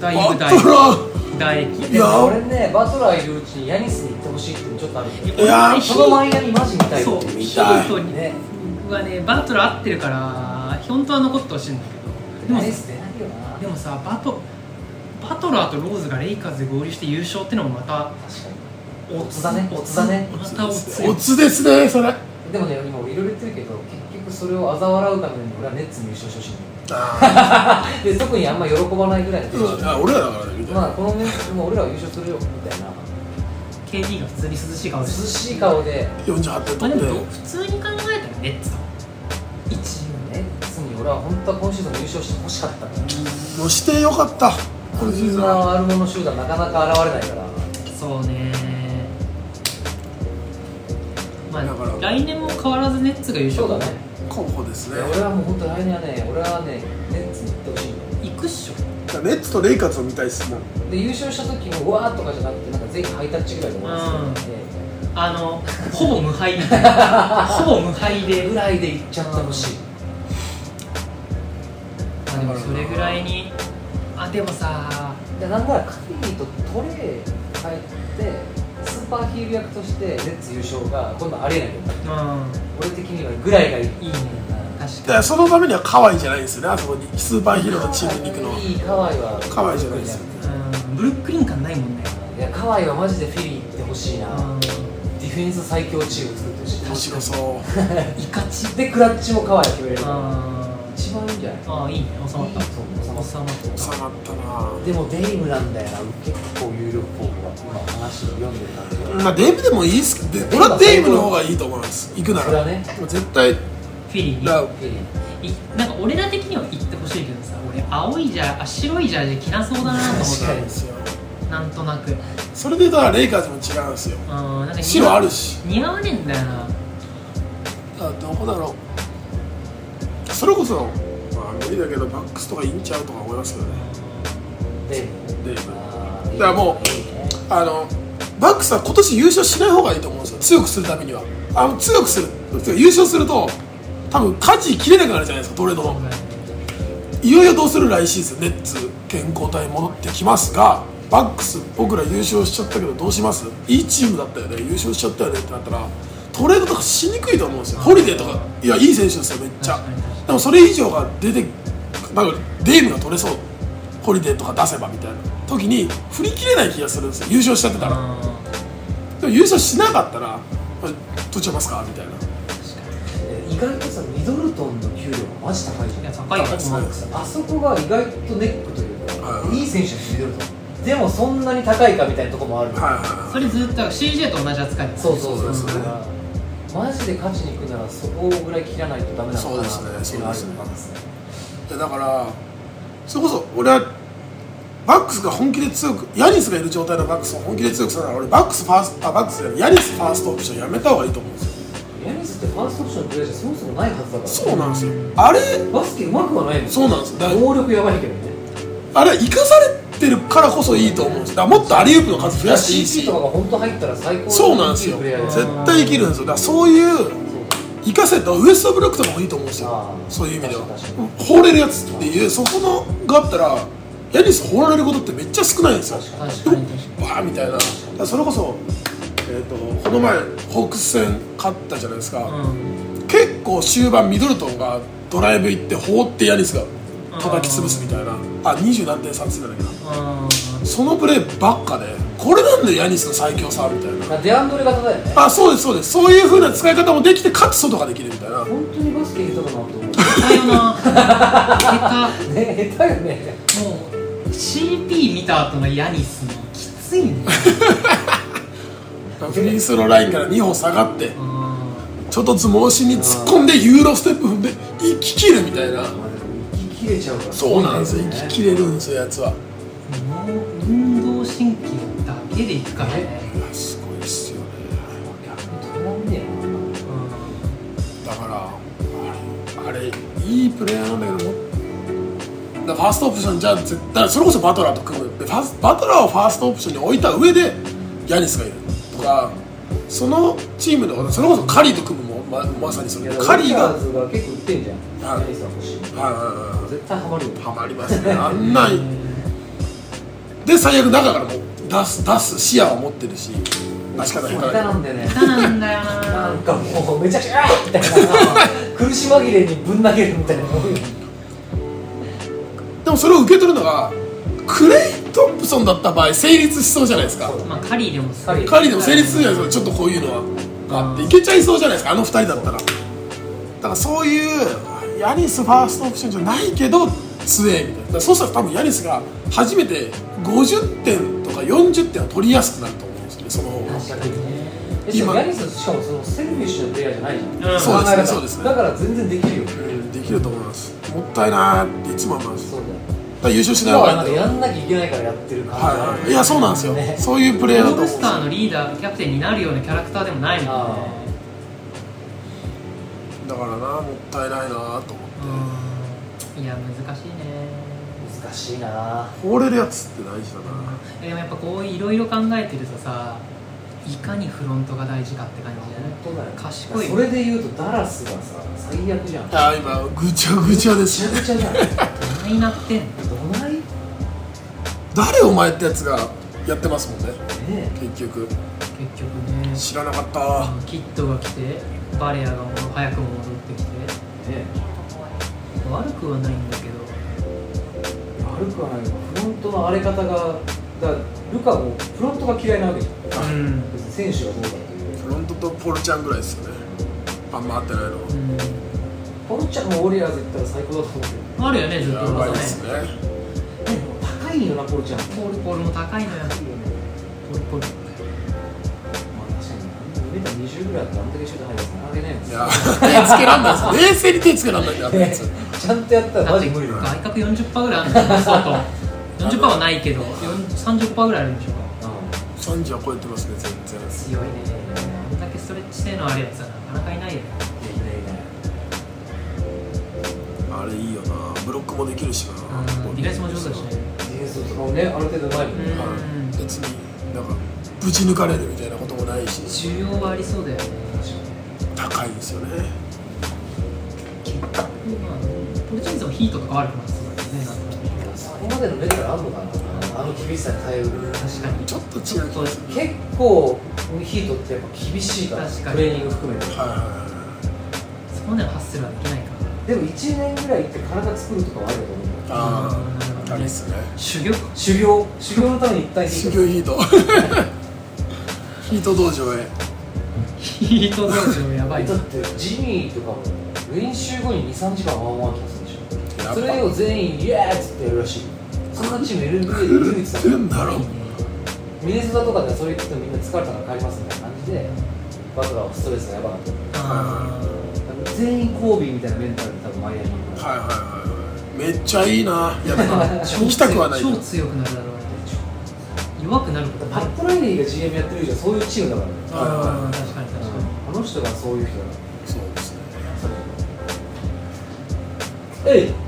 Speaker 4: だいぶだい
Speaker 3: バ
Speaker 4: ぶ
Speaker 3: トル
Speaker 4: 唾液
Speaker 3: いやー
Speaker 2: 俺ねバトラーいるうちにヤニスに行ってほしいっていうのちょっとあるけど
Speaker 3: いやー
Speaker 2: そのマイアミマジみたい
Speaker 4: そう
Speaker 3: 見
Speaker 4: ヒ
Speaker 3: たい
Speaker 4: ートに
Speaker 2: ね
Speaker 4: はねバトラー合ってるから本当は残ってほしいんだけど
Speaker 2: ヤ
Speaker 4: で
Speaker 2: ニ
Speaker 4: も
Speaker 2: ス出ないよな
Speaker 4: でもさバトバトラーとローズがレイカーズで合流して優勝ってのもま
Speaker 2: 確か
Speaker 4: た
Speaker 2: にオツだねオツだね
Speaker 4: またオツ
Speaker 3: オツですねそれ
Speaker 2: でもね今俺いろいろ言ってるけど結局それを嘲笑うために俺はネッツに優勝してほしいんだよ
Speaker 3: あ
Speaker 2: <laughs> で特にあんま喜ばないぐらいのテンション
Speaker 3: あ俺らだからねみたいな、
Speaker 2: まあこのメンツも俺らは優勝するよみたいな
Speaker 4: KD が普通に涼しい顔
Speaker 2: 涼
Speaker 4: して
Speaker 2: しい顔で
Speaker 3: 48点
Speaker 4: まあ
Speaker 3: 取
Speaker 4: で
Speaker 3: って
Speaker 4: も普通に考えたらネッツだもん
Speaker 2: 1位ね別に俺は本当は今シーズン優勝してほしかったのに
Speaker 3: もうしてよかったこのシー
Speaker 2: そ
Speaker 3: ズ
Speaker 2: ん
Speaker 3: ンは
Speaker 2: な悪者集団なかなか現れないから
Speaker 4: そうねま
Speaker 3: だから
Speaker 4: あ来年も変わらずネッツが優
Speaker 2: そ
Speaker 4: 勝
Speaker 2: うだね
Speaker 3: 候補です
Speaker 2: い
Speaker 3: ね
Speaker 2: や俺はもう本当来年はね俺はねネッツに行ってほしいの
Speaker 4: 行くっしょ
Speaker 3: ネッツとレイカーズを見たいっすもん
Speaker 2: で優勝した時もわーとかじゃなくてなんか全員ハイタッチぐらいで終わらせて
Speaker 4: あのほぼ無敗みたいなほぼ無敗で
Speaker 2: ぐらいで行っちゃってほしい
Speaker 4: まあでもそれぐらいにあでもさ
Speaker 2: でなんならカリーとトレー変えてスーパーヒール役としてレッツ優勝が今度ありえないと思う
Speaker 4: うん
Speaker 2: 俺的にはぐらいがいい
Speaker 4: いいね確
Speaker 3: だ
Speaker 4: か
Speaker 3: からそのためにはカワイじゃないんですよねあそこにスーパーヒーローのチームに行くのはい
Speaker 2: いカワイは
Speaker 3: カワイじゃないですよ
Speaker 4: にうんブルックリン感ないもんね
Speaker 2: いやカワイはマジでフィリー行ってほしいな
Speaker 4: う
Speaker 2: ディ
Speaker 4: ん
Speaker 2: フェンス最強チーム作ってほしい
Speaker 3: 面白そう
Speaker 4: いかち
Speaker 2: でクラッチもカワイが決めれる
Speaker 4: うんあ
Speaker 2: 一番いいんじゃない
Speaker 4: あいいね収まった
Speaker 2: 収まった
Speaker 4: 収まった
Speaker 3: 収まったな
Speaker 2: でもデイムなんだよな結構有力候補が今話を読んでる感じが
Speaker 3: まあデイブでもいいっすけど俺はデイブの方がいいと思います行くな
Speaker 2: それ
Speaker 3: ら
Speaker 2: はね
Speaker 3: もう絶対
Speaker 4: フィリーに
Speaker 3: だ
Speaker 2: フィリー
Speaker 4: いなんか俺ら的には行ってほしいけどさ俺青いジャーあ白いジャージ着なそうだなと思
Speaker 2: 確か
Speaker 4: っ
Speaker 2: に
Speaker 3: ですよ
Speaker 4: てなんとなくうん
Speaker 3: それで言ったらレイカーズも違うんですよ
Speaker 4: なんか似
Speaker 3: 白あ
Speaker 4: 合う
Speaker 3: るし
Speaker 4: 似合わねえんだよな
Speaker 3: あどこだろうそれこそまあ無理だけどバックスとかインちゃうとか思いますけどね
Speaker 2: デイム
Speaker 3: デイブ
Speaker 2: あ
Speaker 3: だからもうあのバックスは今年優勝しない方がいいと思うんですよ強くするためにはあの強くするてか優勝すると多分舵切れなくなるじゃないですかトレードのいよいよどうする来シーズンネッツ健康体戻ってきますがバックス僕ら優勝しちゃったけどどうしますいいチームだったよね優勝しちゃったよねってなったらトレードとかしにくいと思うんですよホリデーとかいやいい選手ですよめっちゃ
Speaker 4: 確かに確かに
Speaker 3: でもそれ以上が出てなんかデームが取れそうホリデーとか出せばみたいな時に振り切れない気がするんですよ優勝しちゃってたら
Speaker 4: あ
Speaker 3: でも優勝しなかったら取っちゃいますかみたいな
Speaker 2: 意外とさミドルトンの給料がマジ高いじ
Speaker 4: い
Speaker 2: ゃ
Speaker 4: や
Speaker 2: ん
Speaker 4: 高いよ
Speaker 3: 高いですね
Speaker 2: あそこが意外とネックというか、
Speaker 3: はい
Speaker 2: い、い選手ですミドルトンでもそんなに高いかみたいなとこもある、
Speaker 3: はいはい
Speaker 4: それずっと CJ と同じ扱いだ
Speaker 2: そうそうそう
Speaker 3: そう
Speaker 2: そ
Speaker 3: で
Speaker 2: う
Speaker 3: すね
Speaker 2: マジで勝ちに行くならそこぐらい切らないとダメなのかな
Speaker 3: そうですね
Speaker 2: っていうのはあるよね
Speaker 3: そういやだからそれこそ俺はバックスが本気で強くヤニスがいる状態のバックスを本気で強くするなら俺バックスファーストあバックスじゃないヤニスファーストオプションやめた方がいいと思うんですよ
Speaker 2: ヤニスってファーストオプションのプレーじゃそもそもないはずだから
Speaker 3: そうなんですよあれ
Speaker 2: バスケうまくはないもん
Speaker 3: そうなんですよだから
Speaker 2: 能力やばいけどね
Speaker 3: あれは生かされてるからこそいいと思うんですだからもっとアリウープの数増やしていい
Speaker 2: CP
Speaker 3: し
Speaker 2: とかが本当入ったら最高
Speaker 3: そうなんですよ
Speaker 2: プレイヤーだ
Speaker 4: ぜ
Speaker 2: よ
Speaker 3: 絶対生きるんですよだからそういう
Speaker 2: そう
Speaker 3: 生かせたウエストブロックとかもいいと思うんですよ
Speaker 2: あー
Speaker 3: そういう意味では
Speaker 2: 確かに
Speaker 3: 放れるやつっていうそこのがあったらヤニス放られることってめっちゃ少ないんですよ
Speaker 2: 確か
Speaker 4: 確かに確かに
Speaker 3: バーみたいなだからそれこそ、えー、とこの前ホークス戦勝ったじゃないですか、
Speaker 4: うん
Speaker 3: 結構終盤ミドルトンがドライブ行って放ってヤニスが叩き潰すみたいなあ二十何点差ついたんだけど
Speaker 4: うん
Speaker 3: そのプレーばっかでこれなんでヤニスの最強さみたいな
Speaker 2: まあデアンドレ型だよね
Speaker 3: あそうですそうですそういう風な使い方もできてかつ外ができるみたいな
Speaker 2: 本当にバスケ下手だなと思う
Speaker 4: だよな結
Speaker 2: ね下手よね
Speaker 4: 果もう CP 見た後のヤニスもきついね
Speaker 3: フリースローラインから2歩下がって
Speaker 4: うん
Speaker 3: ちょっとずつ申しに突っ込んでユーロステップ踏んで行き切るみたいな
Speaker 2: 息切れちゃうから
Speaker 3: そうなんですよ
Speaker 2: ね
Speaker 3: 行き切れるんですよやつは
Speaker 4: もう運動神経だけでいくからね、
Speaker 3: すごいっすよね
Speaker 2: 逆に止まんねえな
Speaker 3: だからあれあれいいプレイヤーなんだけどだからファーストオプションじゃ絶対それこそバトラーと組むでファースバトラーをファーストオプションに置いた上でヤニスがいるとかそのチームのそれこそカリーと組むもままさにそ
Speaker 2: い
Speaker 3: れ
Speaker 2: や
Speaker 3: カリーが
Speaker 2: ウィザーズが結構売ってんじゃん
Speaker 3: はい
Speaker 2: ヤニスは欲しい
Speaker 3: はいはいはい
Speaker 2: 絶対ハマるよ
Speaker 3: ハマりますねあんないで最悪中からも出す出す視野を持ってるし出し方下手
Speaker 2: 下手
Speaker 3: だ
Speaker 2: なんでね
Speaker 4: 下手なんだよ
Speaker 2: な
Speaker 4: なん
Speaker 2: かもうめちゃくちゃ「あーみたいな苦し紛れにぶん投げるみたいな
Speaker 3: でもそれを受け取るのがクレイ・トンプソンだった場合成立しそうじゃないですか
Speaker 4: まあカリーでもす
Speaker 2: カリー
Speaker 3: カリーでも成立するじゃないですかちょっとこういうのはがあっていけちゃいそうじゃないですかあの二人だったらだからそういうヤニスファーストオプションじゃないけど強えみたいなだからそうしたら多分ヤニスが初めて50点とか40点を取りやすくなると思うんですよねその方が
Speaker 2: 確かにね
Speaker 3: 今
Speaker 2: しかもヤニスしかもそのセルフィッシュなプレイヤーじゃないじゃん、
Speaker 4: うん
Speaker 3: そうですね
Speaker 2: 考え方
Speaker 3: そうですね
Speaker 2: だから全然できるよ
Speaker 3: うんできると思いますもったいなーっていつも思います
Speaker 2: そう
Speaker 3: だ
Speaker 2: だ
Speaker 3: か
Speaker 2: よ
Speaker 3: ら優勝しない
Speaker 2: だ
Speaker 3: 方
Speaker 2: か
Speaker 3: が
Speaker 2: ら
Speaker 3: いい
Speaker 2: なんんか
Speaker 3: だ
Speaker 2: やんなきゃいけないからやってる感じがあ
Speaker 3: はい
Speaker 2: る
Speaker 3: はいいやそうなんですよ、
Speaker 2: ね
Speaker 3: そういうプレイヤーだ
Speaker 4: ロ
Speaker 3: と思
Speaker 4: ブ
Speaker 3: う
Speaker 4: スターのリーダーキャプテンになるようなキャラクターでもないもんね
Speaker 2: あ
Speaker 3: だからなもったいないなーと思って
Speaker 4: うんいや難しいね
Speaker 2: 難しいな
Speaker 3: 放れるやつって大事だな
Speaker 4: でもやっぱこういろいろ考えてるとさいかにフロントが大事かって感じだよね
Speaker 2: 本当だよ
Speaker 4: 賢い
Speaker 2: それで言うとダラスがさ最悪じゃんめ
Speaker 3: あー今ぐちゃぐちゃで
Speaker 2: ちゃ
Speaker 3: す
Speaker 2: くちゃじゃん
Speaker 4: どないなってんの
Speaker 2: どないね
Speaker 3: 誰お前ってやつがやってますもんね
Speaker 2: え
Speaker 3: 結局
Speaker 4: 結局ね
Speaker 3: 知らなかったー
Speaker 4: キッドが来てバレアがもう早くも戻ってきて
Speaker 2: ね
Speaker 4: 悪くはないんだけど
Speaker 2: え悪くはないけどフロントの荒れ方がだからルカもフロントが嫌いなわけじゃん
Speaker 4: うん
Speaker 2: 別に選手がどうだっていう
Speaker 3: フロントとポルちゃんぐらいですよねあんま合ってないの
Speaker 4: う
Speaker 2: ポルチャもウォリアーズ行ったら最高だと思うけどね
Speaker 4: んあるよねずっと
Speaker 3: やばい
Speaker 4: 噂
Speaker 3: で
Speaker 4: ね
Speaker 3: すね
Speaker 2: 高いよなポルチャも
Speaker 4: ポールポールも高いのよ
Speaker 2: 高いよね
Speaker 4: ポールポール
Speaker 2: まあ確かにメーター20ぐらいだったらあんだけシュート入るやつなかなかいないもん
Speaker 3: いやー手つけらんないです冷静に手つけらんないんだよあのやつ
Speaker 2: ちゃんとやったらマジ無理だな
Speaker 4: 外角40%ぐらいあるんだよ外40%はないけど40 30%ぐらいあるんでしょ
Speaker 3: 30は超えてますね全然
Speaker 4: 強いねあんだけストレッチ性のあるやつはなかなかいないよね
Speaker 2: できないね
Speaker 3: あれいいよなブロックもできるしな
Speaker 4: うんディフェンスも上手だしね
Speaker 2: ディフェンスとかもねある程度うまいもんね
Speaker 3: はい別になんかぶち抜かれるみたいなこともないし
Speaker 4: 需要はありそうだよね
Speaker 3: 高いんですよね
Speaker 4: 結局まあポルチーズもヒートとか悪くなってそうだよねなんか
Speaker 2: そこまでのレベルあるのかなあの厳しさに耐えうる
Speaker 4: 確かに
Speaker 3: ちょっと違う気がする
Speaker 2: 結構ヒートってやっぱ厳しいから
Speaker 4: 確かに
Speaker 2: トレーニング含めて
Speaker 3: はいはいはい
Speaker 4: そこまでのハッスルはできないか
Speaker 2: で
Speaker 4: ら
Speaker 2: も1年ぐらい行って体作るとかはあると思うんだよ
Speaker 3: あ
Speaker 4: なるほ
Speaker 3: あ
Speaker 4: ど
Speaker 3: あれ
Speaker 4: ね
Speaker 3: っすね
Speaker 4: 修行
Speaker 2: 修行修行のために一旦ヒ
Speaker 3: 修
Speaker 2: ート
Speaker 3: 行ヒートヒート道場へ
Speaker 4: ヒート道場やばい
Speaker 2: だ
Speaker 4: よ
Speaker 2: ってジミーとかも練習後に23時間ワンワンキャスでし
Speaker 3: や
Speaker 2: ょ
Speaker 3: っ
Speaker 2: そ
Speaker 3: ぱ
Speaker 2: れを全員イエーイっつってやるらしいそんなチーム NBA で唯一だから
Speaker 3: <laughs> 来るんだろう
Speaker 2: ミネソタとかではそれ言ってもみんな疲れたから帰りますみたいな感じでバトラーはストレスがやばかった
Speaker 4: あ
Speaker 2: 全員コービーみたいなメンタルで多分マイアミに行くから
Speaker 3: はいはいはいはいめっちゃいいなやだ
Speaker 4: <laughs>
Speaker 3: な
Speaker 4: ー
Speaker 3: 行きたくはない
Speaker 4: 超強くなるだろうね弱くなること
Speaker 2: パ
Speaker 4: な
Speaker 2: ッ
Speaker 4: い
Speaker 2: トライリーが GM やってる以上そういうチームだからね
Speaker 4: あー確かに確かに
Speaker 2: あの人がそういう人だか
Speaker 3: そうですね
Speaker 2: らえい